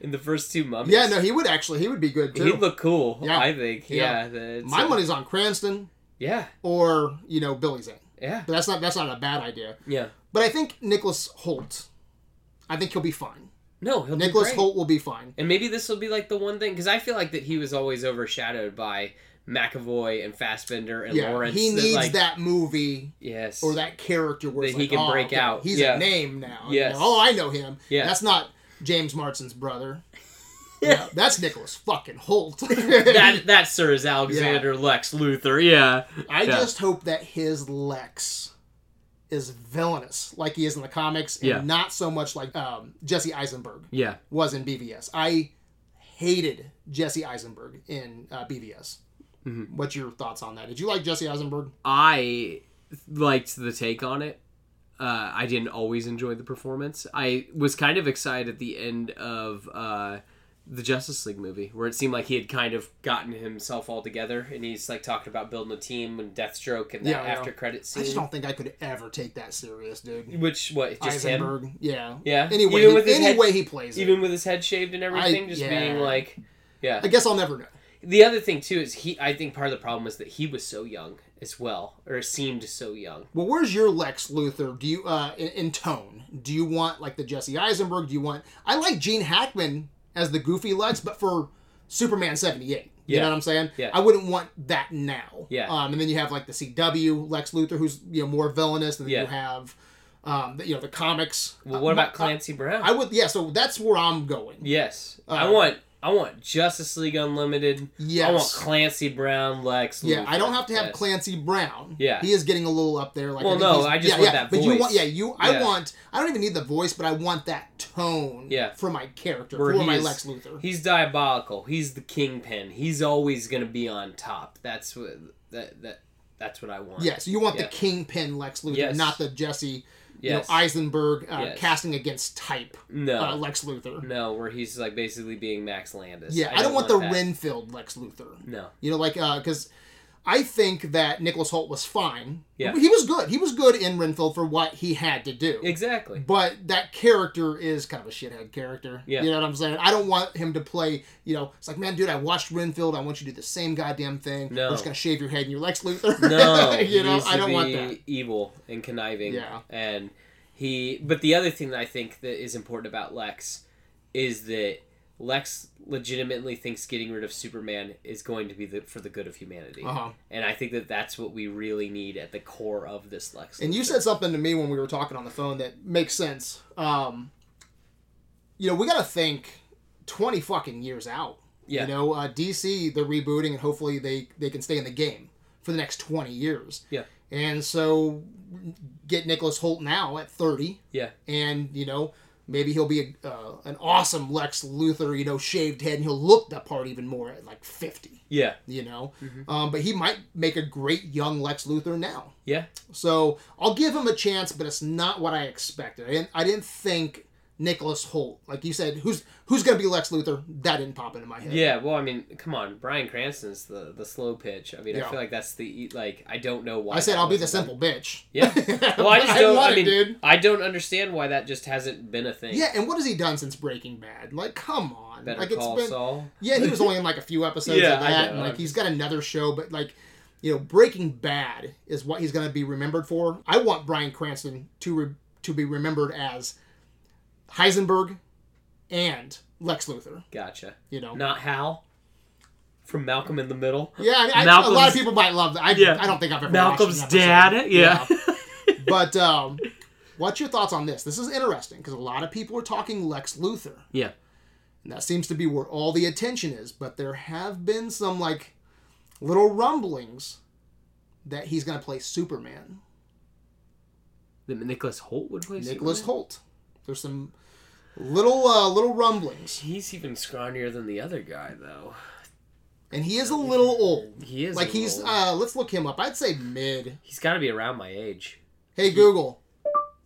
Speaker 2: in the first two mummies?
Speaker 1: Yeah, no, he would actually. He would be good
Speaker 2: he'd
Speaker 1: too.
Speaker 2: look cool.
Speaker 1: Yeah.
Speaker 2: I think.
Speaker 1: Yeah.
Speaker 2: Yeah, that's-
Speaker 1: My money's on Cranston
Speaker 2: Yeah,
Speaker 1: or you know Billy Zane,
Speaker 2: yeah,
Speaker 1: but that's not that's not a bad idea.
Speaker 2: yeah.
Speaker 1: But I think Nicholas Holt, I think he'll be fine.
Speaker 2: No, he'll
Speaker 1: Nicholas
Speaker 2: be great.
Speaker 1: Holt will be fine.
Speaker 2: And maybe this will be like the one thing because I feel like that he was always overshadowed by McAvoy and Fassbender and
Speaker 1: yeah,
Speaker 2: Lawrence.
Speaker 1: he needs
Speaker 2: like-
Speaker 1: that movie
Speaker 2: Yes.
Speaker 1: or that character where it's
Speaker 2: That he
Speaker 1: like,
Speaker 2: can
Speaker 1: "Oh,
Speaker 2: break
Speaker 1: okay,
Speaker 2: out."
Speaker 1: He's
Speaker 2: Yeah.
Speaker 1: a name now. you
Speaker 2: Yes.
Speaker 1: know, oh, I know him.
Speaker 2: Yeah.
Speaker 1: That's not James Martin's brother.
Speaker 2: Yeah.
Speaker 1: No, that's Nicholas fucking Holt.
Speaker 2: that that sir is Alexander Lex Luthor. Yeah.
Speaker 1: I
Speaker 2: Yeah.
Speaker 1: just hope that his Lex is villainous like he is in the comics and
Speaker 2: Yeah.
Speaker 1: not so much like um, Jesse Eisenberg
Speaker 2: Yeah.
Speaker 1: was in BVS. I hated Jesse Eisenberg in uh, BVS.
Speaker 2: Mm-hmm.
Speaker 1: What's your thoughts on that? Did you like Jesse Eisenberg?
Speaker 2: I liked the take on it. Uh, I didn't always enjoy the performance. I was kind of excited at the end of uh, the Justice League movie, where it seemed like he had kind of gotten himself all together, and he's like talking about building a team and Deathstroke and that
Speaker 1: Yeah, I know.
Speaker 2: after credit
Speaker 1: I just
Speaker 2: scene.
Speaker 1: don't think I could ever take that serious, dude.
Speaker 2: Which what just him,
Speaker 1: Eisenberg, yeah,
Speaker 2: Yeah.
Speaker 1: Anyway,
Speaker 2: Even
Speaker 1: he-
Speaker 2: with his
Speaker 1: any
Speaker 2: head-
Speaker 1: way he plays, it.
Speaker 2: even with his head shaved and everything, just
Speaker 1: yeah.
Speaker 2: being like, yeah.
Speaker 1: I guess I'll never know.
Speaker 2: The other thing too is he. I think part of the problem is that he was so young as well, or seemed so young.
Speaker 1: Well, where's your Lex Luthor? Do you uh in, in tone? Do you want like the Jesse Eisenberg? Do you want? I like Gene Hackman as the goofy Lex, but for Superman seventy eight. You
Speaker 2: Yeah.
Speaker 1: know what I'm saying?
Speaker 2: Yeah.
Speaker 1: I wouldn't want that now.
Speaker 2: Yeah.
Speaker 1: Um, and then you have like the CW Lex Luthor, who's you know more villainous, and then
Speaker 2: Yeah.
Speaker 1: you have, um, the, you know the comics.
Speaker 2: Well,
Speaker 1: Uh,
Speaker 2: what
Speaker 1: my-
Speaker 2: about Clancy Brown?
Speaker 1: I, I would yeah. So that's where I'm going.
Speaker 2: Yes, I
Speaker 1: Uh,
Speaker 2: want I want Justice League Unlimited. I want
Speaker 1: Yes.
Speaker 2: Clancy Brown, Lex.
Speaker 1: Yeah,
Speaker 2: Luthor.
Speaker 1: I don't have to have
Speaker 2: Yes.
Speaker 1: Clancy Brown.
Speaker 2: Yeah.
Speaker 1: he is getting a little up there. Like,
Speaker 2: Well,
Speaker 1: think
Speaker 2: no,
Speaker 1: he's-
Speaker 2: I just
Speaker 1: yeah,
Speaker 2: want
Speaker 1: yeah,
Speaker 2: that
Speaker 1: but you
Speaker 2: voice.
Speaker 1: want, yeah, you. I
Speaker 2: Yeah.
Speaker 1: want. I don't even need the voice, but I want that tone.
Speaker 2: Yeah.
Speaker 1: for my character,
Speaker 2: Where
Speaker 1: for
Speaker 2: he
Speaker 1: my
Speaker 2: is-
Speaker 1: Lex Luthor.
Speaker 2: He's diabolical. He's the kingpin. He's always gonna be on top. That's what that that that's what I want.
Speaker 1: yeah, so you want
Speaker 2: Yeah.
Speaker 1: the kingpin Lex Luthor,
Speaker 2: Yes.
Speaker 1: not the Jesse,
Speaker 2: Yes.
Speaker 1: you know, Eisenberg uh,
Speaker 2: Yes.
Speaker 1: casting against type
Speaker 2: no.
Speaker 1: uh, Lex Luthor.
Speaker 2: no, where he's like basically being Max Landis.
Speaker 1: Yeah, I, don't want, the
Speaker 2: that.
Speaker 1: Renfield Lex Luthor.
Speaker 2: No.
Speaker 1: You know, like because I think that Nicholas Holt was fine.
Speaker 2: Yeah.
Speaker 1: he was good. He was good in Renfield for what he had to do.
Speaker 2: Exactly.
Speaker 1: But that character is kind of a shithead character.
Speaker 2: Yeah.
Speaker 1: You know what I'm saying? I don't want him to play, you know, it's like, man, dude, I watched Renfield. I want you to do the same goddamn thing.
Speaker 2: No.
Speaker 1: We're just going to shave your head and you're Lex Luthor.
Speaker 2: No,
Speaker 1: you know,
Speaker 2: needs
Speaker 1: I
Speaker 2: to
Speaker 1: don't
Speaker 2: be
Speaker 1: want that.
Speaker 2: Evil and conniving.
Speaker 1: Yeah.
Speaker 2: and he. But the other thing that I think that is important about Lex is that Lex legitimately thinks getting rid of Superman is going to be the, for the good of humanity,
Speaker 1: Uh-huh.
Speaker 2: and I think that that's what we really need at the core of this Lex.
Speaker 1: And you
Speaker 2: Luthor.
Speaker 1: said something to me when we were talking on the phone that makes sense. Um, you know, we got to think 20 fucking years out.
Speaker 2: Yeah.
Speaker 1: You know, uh, DC, they're rebooting and hopefully they, they can stay in the game for the next 20 years.
Speaker 2: Yeah.
Speaker 1: And so get Nicholas Holt now at 30.
Speaker 2: yeah,
Speaker 1: and you know Maybe he'll be a, uh, an awesome Lex Luthor, you know, shaved head, and he'll look the part even more at like 50,
Speaker 2: Yeah.
Speaker 1: you know?
Speaker 2: Mm-hmm.
Speaker 1: Um, but he might make a great young Lex Luthor now.
Speaker 2: Yeah.
Speaker 1: So I'll give him a chance, but it's not what I expected. I didn't, I didn't think Nicholas Holt, like you said, who's who's going to be Lex Luthor? That didn't pop into my head.
Speaker 2: Yeah, well, I mean, come on, Brian Cranston's the the slow pitch. I mean,
Speaker 1: Yeah.
Speaker 2: I feel like that's the e, like I don't know why.
Speaker 1: I said
Speaker 2: that
Speaker 1: I'll be the
Speaker 2: wasn't
Speaker 1: simple bitch.
Speaker 2: done. Yeah. Well, I just don't.
Speaker 1: love
Speaker 2: I,
Speaker 1: it,
Speaker 2: mean,
Speaker 1: dude.
Speaker 2: I don't understand why that just hasn't been a thing.
Speaker 1: Yeah, and what has he done since Breaking Bad? Like, come on.
Speaker 2: Better
Speaker 1: like it's
Speaker 2: Call
Speaker 1: been
Speaker 2: Saul.
Speaker 1: Yeah, he was only in like a few episodes
Speaker 2: Yeah,
Speaker 1: of
Speaker 2: I
Speaker 1: that,
Speaker 2: know.
Speaker 1: and like he's got another show, but like, you know, Breaking Bad is what he's going to be remembered for. I want Brian Cranston to re- to be remembered as Heisenberg and Lex Luthor.
Speaker 2: Gotcha.
Speaker 1: You know,
Speaker 2: Not Hal from Malcolm in the Middle.
Speaker 1: yeah, I, I, a lot of
Speaker 2: Malcolm's-
Speaker 1: people might love that. I,
Speaker 2: Yeah.
Speaker 1: I don't think I've ever
Speaker 2: Malcolm's
Speaker 1: watched an episode.
Speaker 2: dad. Yeah.
Speaker 1: but um, what's your thoughts on this? This is interesting because a lot of people are talking Lex Luthor.
Speaker 2: Yeah.
Speaker 1: And that seems to be where all the attention is. But there have been some like little rumblings that he's going to play Superman.
Speaker 2: That Nicholas Holt would play.
Speaker 1: Nicholas
Speaker 2: Superman?
Speaker 1: Holt. There's some little uh, little rumblings,
Speaker 2: He's even scrawnier than the other guy, though.
Speaker 1: and he is a little old.
Speaker 2: He is
Speaker 1: like
Speaker 2: a
Speaker 1: he's
Speaker 2: little-
Speaker 1: uh, let's look him up. I'd say mid.
Speaker 2: He's got to be around my age.
Speaker 1: Hey Google,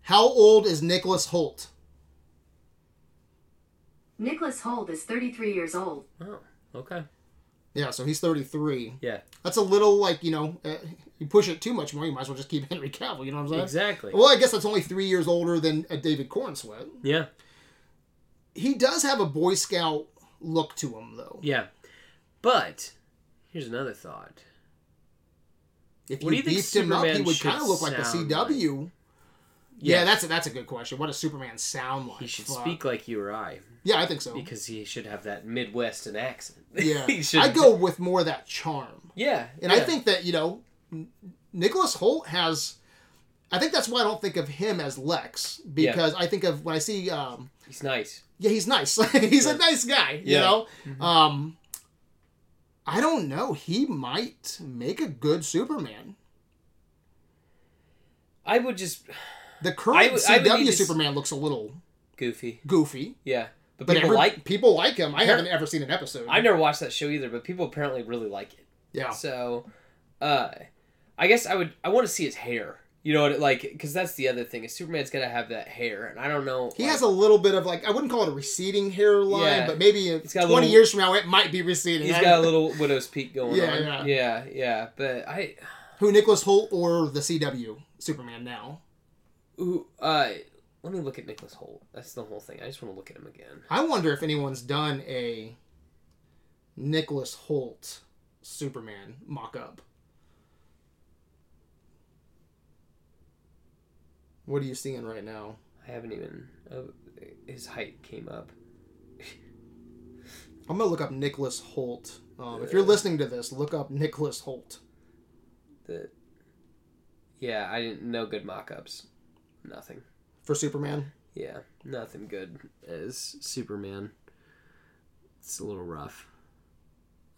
Speaker 1: how old is Nicholas Holt?
Speaker 3: Nicholas Holt is 33 years old.
Speaker 2: Oh, okay.
Speaker 1: Yeah, so he's 33.
Speaker 2: Yeah,
Speaker 1: That's a little like you know, uh, you push it too much more. You might as well just keep Henry Cavill. You know what I'm saying?
Speaker 2: exactly.
Speaker 1: Well, I guess that's only three years older than a David Corn Sweat.
Speaker 2: Yeah,
Speaker 1: He does have a Boy Scout look to him, though.
Speaker 2: yeah. But here's another thought.
Speaker 1: If
Speaker 2: What
Speaker 1: you,
Speaker 2: do you think
Speaker 1: beefed him up, he
Speaker 2: Superman
Speaker 1: would
Speaker 2: should
Speaker 1: kind of look like the
Speaker 2: sound
Speaker 1: CW.
Speaker 2: Yeah.
Speaker 1: Yeah, that's a, that's a good question. What does Superman sound like?
Speaker 2: He should
Speaker 1: Fuck.
Speaker 2: speak like you or I,
Speaker 1: Yeah, I think so.
Speaker 2: because he should have that Midwestern accent.
Speaker 1: Yeah,
Speaker 2: he should.
Speaker 1: I go with more of that charm,
Speaker 2: Yeah,
Speaker 1: and I
Speaker 2: yeah.
Speaker 1: think that you know, N- Nicholas Holt has. I think that's why I don't think of him as Lex
Speaker 2: Yeah.
Speaker 1: because I think of when I see um,
Speaker 2: he's nice.
Speaker 1: yeah, he's nice. he's a nice guy, you
Speaker 2: Yeah. Mm-hmm.
Speaker 1: know. Um, I don't know. He might make a good Superman.
Speaker 2: I would just
Speaker 1: The
Speaker 2: I
Speaker 1: current
Speaker 2: would- I would
Speaker 1: CW
Speaker 2: need to s-
Speaker 1: Superman looks a little
Speaker 2: goofy.
Speaker 1: goofy,
Speaker 2: Yeah, but,
Speaker 1: but
Speaker 2: people
Speaker 1: every-
Speaker 2: like.
Speaker 1: people like him. I
Speaker 2: They're-
Speaker 1: haven't ever seen an episode.
Speaker 2: I never watched that show either, but people apparently really like it.
Speaker 1: Yeah,
Speaker 2: So, uh, I guess I would. I want to see his hair. You know, what, like because that's the other thing is Superman's gotta have that hair, and I don't know.
Speaker 1: he
Speaker 2: like-
Speaker 1: has a little bit of like I wouldn't call it a receding hairline,
Speaker 2: Yeah.
Speaker 1: but maybe in
Speaker 2: He's got a
Speaker 1: twenty
Speaker 2: little-
Speaker 1: years from now it might be receding.
Speaker 2: He's
Speaker 1: I-
Speaker 2: got a little widow's peak going
Speaker 1: Yeah, yeah.
Speaker 2: on. Yeah, yeah. But I,
Speaker 1: Who Nicholas Holt or the CW Superman now?
Speaker 2: ooh, uh, let me look at Nicholas Holt. That's the whole thing. I just want to look at him again.
Speaker 1: I wonder if anyone's done a Nicholas Holt Superman mock up. What are you seeing right now?
Speaker 2: I haven't even. Oh, his height came up.
Speaker 1: I'm gonna look up Nicholas Holt. Um, if you're listening to this, look up Nicholas Holt.
Speaker 2: The, yeah, I didn't. No good mock-ups. Nothing.
Speaker 1: For Superman,
Speaker 2: Yeah, nothing good as Superman. It's a little rough.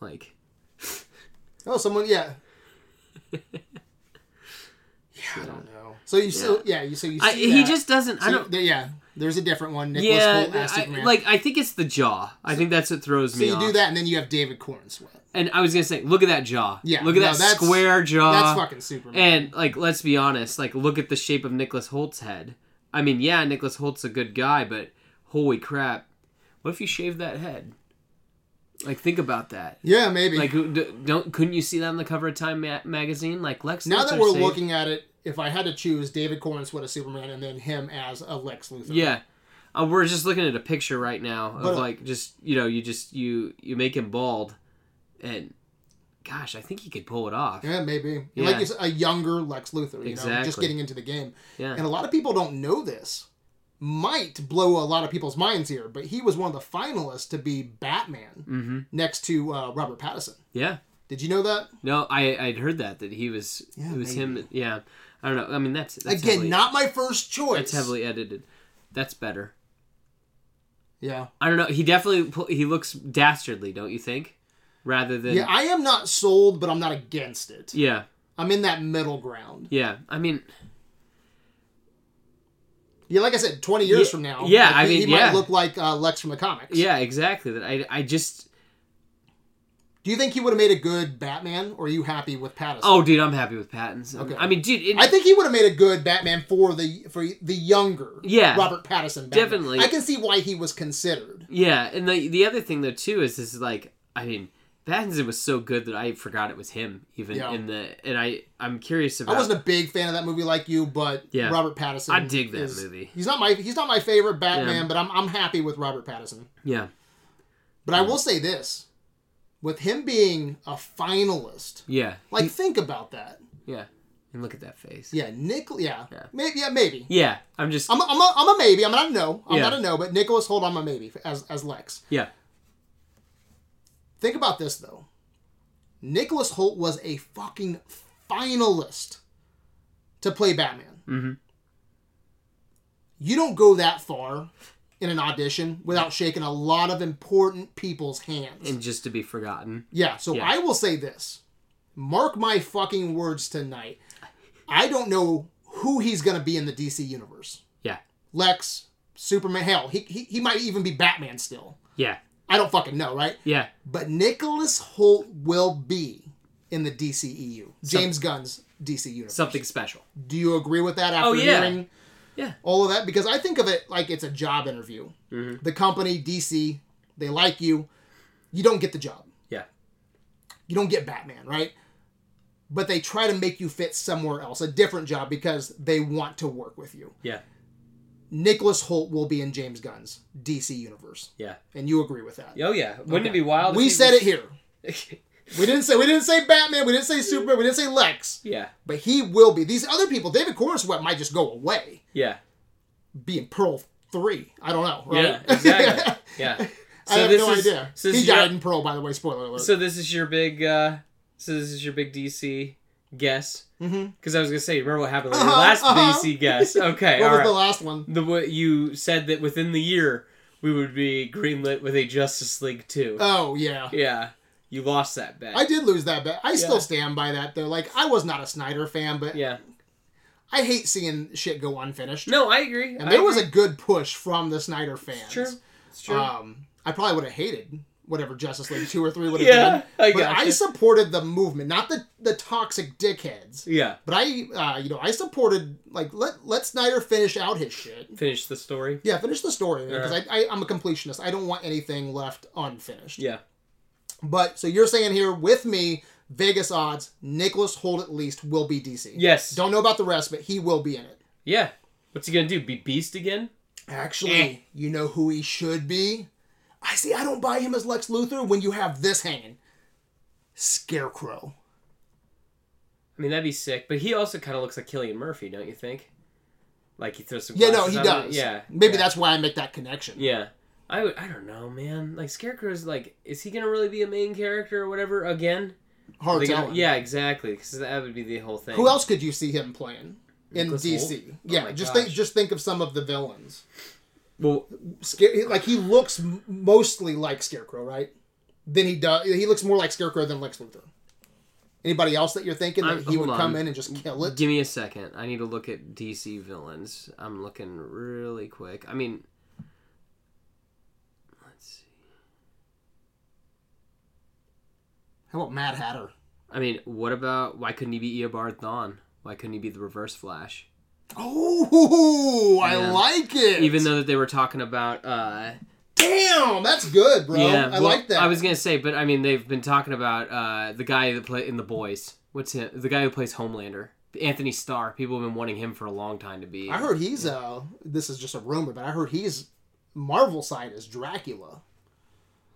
Speaker 2: Like,
Speaker 1: oh, someone, yeah, yeah, I don't know. So you, so yeah, you, so you, see
Speaker 2: I, he
Speaker 1: that.
Speaker 2: just doesn't. I
Speaker 1: So
Speaker 2: don't.
Speaker 1: there- yeah. There's a different one, Nicholas Holt
Speaker 2: yeah,
Speaker 1: as
Speaker 2: I,
Speaker 1: Superman.
Speaker 2: like I think it's the jaw. I think that's what throws
Speaker 1: so
Speaker 2: me
Speaker 1: you
Speaker 2: off.
Speaker 1: do that, and then you have David Corn Sweat.
Speaker 2: And I was gonna say, look at that jaw.
Speaker 1: Yeah,
Speaker 2: look at
Speaker 1: no,
Speaker 2: that
Speaker 1: that's-
Speaker 2: square jaw.
Speaker 1: That's fucking Superman.
Speaker 2: Uh, And like, let's be honest. Like, look at the shape of Nicholas Holt's head. I mean, yeah, Nicholas Holt's a good guy, but holy crap, what if you shaved that head? Like, think about that.
Speaker 1: yeah, maybe.
Speaker 2: Like, who- d- don't couldn't you see that on the cover of Time ma- magazine? Like Lex.
Speaker 1: Now that
Speaker 2: Luthor
Speaker 1: we're
Speaker 2: saved-
Speaker 1: looking at it, if I had to choose David Corn Sweat as Superman and then him as a Lex Luthor.
Speaker 2: Yeah. Uh, we're just looking at a picture right now of
Speaker 1: But, uh,
Speaker 2: like just you know you just you you make him bald, and gosh, I think he could pull it off.
Speaker 1: Yeah, maybe. Like
Speaker 2: Yeah.
Speaker 1: it's a younger Lex Luthor, you know, just
Speaker 2: Exactly.
Speaker 1: getting into the game.
Speaker 2: Yeah.
Speaker 1: And a lot of people don't know this. Might blow a lot of people's minds here, but he was one of the finalists to be Batman
Speaker 2: Mm-hmm.
Speaker 1: next to uh, Robert Pattinson.
Speaker 2: Yeah.
Speaker 1: Did you know that?
Speaker 2: No, I I'd heard that that he was
Speaker 1: Yeah,
Speaker 2: it was him.
Speaker 1: maybe.
Speaker 2: That, yeah, I don't know. I mean that's, that's
Speaker 1: Again,
Speaker 2: heavily,
Speaker 1: not my first choice.
Speaker 2: that's heavily edited. That's better.
Speaker 1: Yeah.
Speaker 2: I don't know. He definitely pl- he looks dastardly, don't you think? Rather than
Speaker 1: Yeah,
Speaker 2: yeah
Speaker 1: I am not sold, but I'm not against it.
Speaker 2: yeah
Speaker 1: I'm in that middle ground.
Speaker 2: yeah. I mean
Speaker 1: Yeah, like I said, twenty years
Speaker 2: Yeah,
Speaker 1: from now,
Speaker 2: yeah,
Speaker 1: like,
Speaker 2: I
Speaker 1: he,
Speaker 2: mean,
Speaker 1: he
Speaker 2: yeah.
Speaker 1: might look like uh, Lex from the comics.
Speaker 2: Yeah, exactly. That I I just
Speaker 1: Do you think he would have made a good Batman, or are you happy with Pattinson?
Speaker 2: oh dude, I'm happy with Pattinson.
Speaker 1: Okay.
Speaker 2: I mean, dude, it,
Speaker 1: I think he would have made a good Batman for the for the younger
Speaker 2: Yeah.
Speaker 1: Robert Pattinson. Batman.
Speaker 2: Definitely.
Speaker 1: I can see why he was considered.
Speaker 2: yeah. And the the other thing though too is is like I mean. Pattinson was so good that I forgot it was him even
Speaker 1: Yeah.
Speaker 2: in the and I I'm curious
Speaker 1: I
Speaker 2: about
Speaker 1: wasn't a big fan of that movie like you, but
Speaker 2: Yeah.
Speaker 1: Robert Pattinson.
Speaker 2: I dig that
Speaker 1: is-
Speaker 2: movie.
Speaker 1: He's not my he's not my favorite Batman,
Speaker 2: Yeah.
Speaker 1: but I'm I'm happy with Robert Pattinson.
Speaker 2: yeah
Speaker 1: But I will say this, with him being a finalist,
Speaker 2: yeah
Speaker 1: like think about that.
Speaker 2: yeah and look at that face
Speaker 1: Yeah, Um, Nick. Yeah,
Speaker 2: Yeah.
Speaker 1: maybe. Yeah, maybe.
Speaker 2: yeah I'm just
Speaker 1: I'm a, I'm, a, I'm a maybe. I'm not a no. I'm
Speaker 2: Yeah.
Speaker 1: not a no. But Nicholas Holt, I'm a maybe as as Lex.
Speaker 2: yeah
Speaker 1: Think about this though. Nicholas Holt was a fucking finalist to play Batman.
Speaker 2: Mhm.
Speaker 1: You don't go that far in an audition without shaking a lot of important people's hands.
Speaker 2: and just to be forgotten
Speaker 1: yeah, so
Speaker 2: Yeah.
Speaker 1: I will say this. Mark my fucking words tonight. I don't know who he's going to be in the DC universe.
Speaker 2: yeah
Speaker 1: Lex, Superman, hell, he, he, he might even be Batman still.
Speaker 2: yeah
Speaker 1: I don't fucking know, right?
Speaker 2: yeah
Speaker 1: But Nicholas Holt will be in the DCEU. James Gunn's DC universe.
Speaker 2: something special
Speaker 1: Do you agree with that after
Speaker 2: Oh, yeah.
Speaker 1: hearing
Speaker 2: Yeah.
Speaker 1: all of that? Because I think of it like it's a job interview.
Speaker 2: Mm-hmm.
Speaker 1: The company, DC, they like you. You don't get the job.
Speaker 2: yeah
Speaker 1: You don't get Batman, right? But they try to make you fit somewhere else, a different job, because they want to work with you.
Speaker 2: yeah
Speaker 1: Nicholas Holt will be in James Gunn's DC universe.
Speaker 2: yeah
Speaker 1: And you agree with that.
Speaker 2: oh yeah wouldn't it be wild if
Speaker 1: We
Speaker 2: he
Speaker 1: said
Speaker 2: was-
Speaker 1: it here. We didn't say we didn't say Batman, we didn't say Superman, we didn't say Lex.
Speaker 2: yeah
Speaker 1: But he will be. These other people, David Cornsweat might just go away,
Speaker 2: yeah
Speaker 1: be in Pearl Three. I don't know. right?
Speaker 2: Yeah, exactly. yeah.
Speaker 1: I have no
Speaker 2: is,
Speaker 1: idea.
Speaker 2: So this,
Speaker 1: he
Speaker 2: is your,
Speaker 1: died in Pearl, by the way. Spoiler alert.
Speaker 2: so this is your big. Uh, so this is your big DC guess.
Speaker 1: Mhm.
Speaker 2: Because I was gonna say, remember what happened with
Speaker 1: Uh-huh,
Speaker 2: your last
Speaker 1: uh-huh.
Speaker 2: DC guess? Okay,
Speaker 1: what
Speaker 2: all
Speaker 1: was the
Speaker 2: right.
Speaker 1: last one?
Speaker 2: The what you said that within the year we would be greenlit with a Justice League two.
Speaker 1: Oh yeah,
Speaker 2: yeah, you lost that bet.
Speaker 1: I did lose that bet. I
Speaker 2: Yeah.
Speaker 1: still stand by that though. Like I was not a Snyder fan, but
Speaker 2: yeah.
Speaker 1: I hate seeing shit go unfinished.
Speaker 2: No, I agree.
Speaker 1: and
Speaker 2: I
Speaker 1: there was a
Speaker 2: agree.
Speaker 1: good push from the Snyder fans.
Speaker 2: It's true. It's true.
Speaker 1: Um, I probably would have hated whatever Justice League two or three would have
Speaker 2: yeah,
Speaker 1: been.
Speaker 2: I
Speaker 1: but
Speaker 2: got
Speaker 1: I supported the movement, not the the toxic dickheads.
Speaker 2: Yeah,
Speaker 1: But I, uh, you know, I supported like let let Snyder finish out his shit.
Speaker 2: finish the story.
Speaker 1: Yeah, finish the story because
Speaker 2: Yeah.
Speaker 1: I, I I'm a completionist. I don't want anything left unfinished.
Speaker 2: Yeah,
Speaker 1: But so you're saying here with me, Vegas odds, Nicholas Holt at least will be DC.
Speaker 2: Yes.
Speaker 1: Don't know about the rest, but he will be in it.
Speaker 2: yeah. What's he gonna do? Be Beast again?
Speaker 1: Actually,
Speaker 2: Eh.
Speaker 1: you know who he should be? I see. I don't buy him as Lex Luthor when you have this hanging. Scarecrow.
Speaker 2: I mean, that'd be sick. But he also kind of looks like Killian Murphy, don't you think? Like he throws some.
Speaker 1: Yeah, no,
Speaker 2: glasses
Speaker 1: he
Speaker 2: on him.
Speaker 1: does.
Speaker 2: Yeah,
Speaker 1: Maybe
Speaker 2: yeah.
Speaker 1: that's why I make that connection.
Speaker 2: Yeah, I would. I don't know, man. Like Scarecrow's like, is he gonna really be a main character or whatever again? Are
Speaker 1: Hard
Speaker 2: they gonna-
Speaker 1: telling.
Speaker 2: yeah, exactly. Because that would be the whole thing.
Speaker 1: Who else could you see him playing in
Speaker 2: Nicholas
Speaker 1: DC?
Speaker 2: Hoult? Oh
Speaker 1: Yeah,
Speaker 2: my
Speaker 1: just
Speaker 2: gosh.
Speaker 1: think just think of some of the villains.
Speaker 2: Well,
Speaker 1: Scare, like he looks m- mostly like Scarecrow, right? Then he does. He looks more like Scarecrow than Lex Luthor. Anybody else that you're thinking that
Speaker 2: I'm-
Speaker 1: he would
Speaker 2: hold
Speaker 1: come
Speaker 2: on.
Speaker 1: in and just kill it?
Speaker 2: give me a second. I need to look at DC villains. I'm looking really quick. I mean, let's see.
Speaker 1: How about Mad Hatter?
Speaker 2: I mean, what about why couldn't he be Eobard Thawne? Why couldn't he be the Reverse Flash?
Speaker 1: Oh, I
Speaker 2: Yeah.
Speaker 1: like it.
Speaker 2: Even though that they were talking about uh,
Speaker 1: damn, that's good, bro. I
Speaker 2: well,
Speaker 1: like that.
Speaker 2: I was gonna say, but I mean, they've been talking about uh, the guy that play in the boys. What's him? The guy who plays Homelander, Anthony Starr. People have been wanting him for a long time to be.
Speaker 1: I heard he's uh. This is just a rumor, but I heard he's Marvel side is Dracula.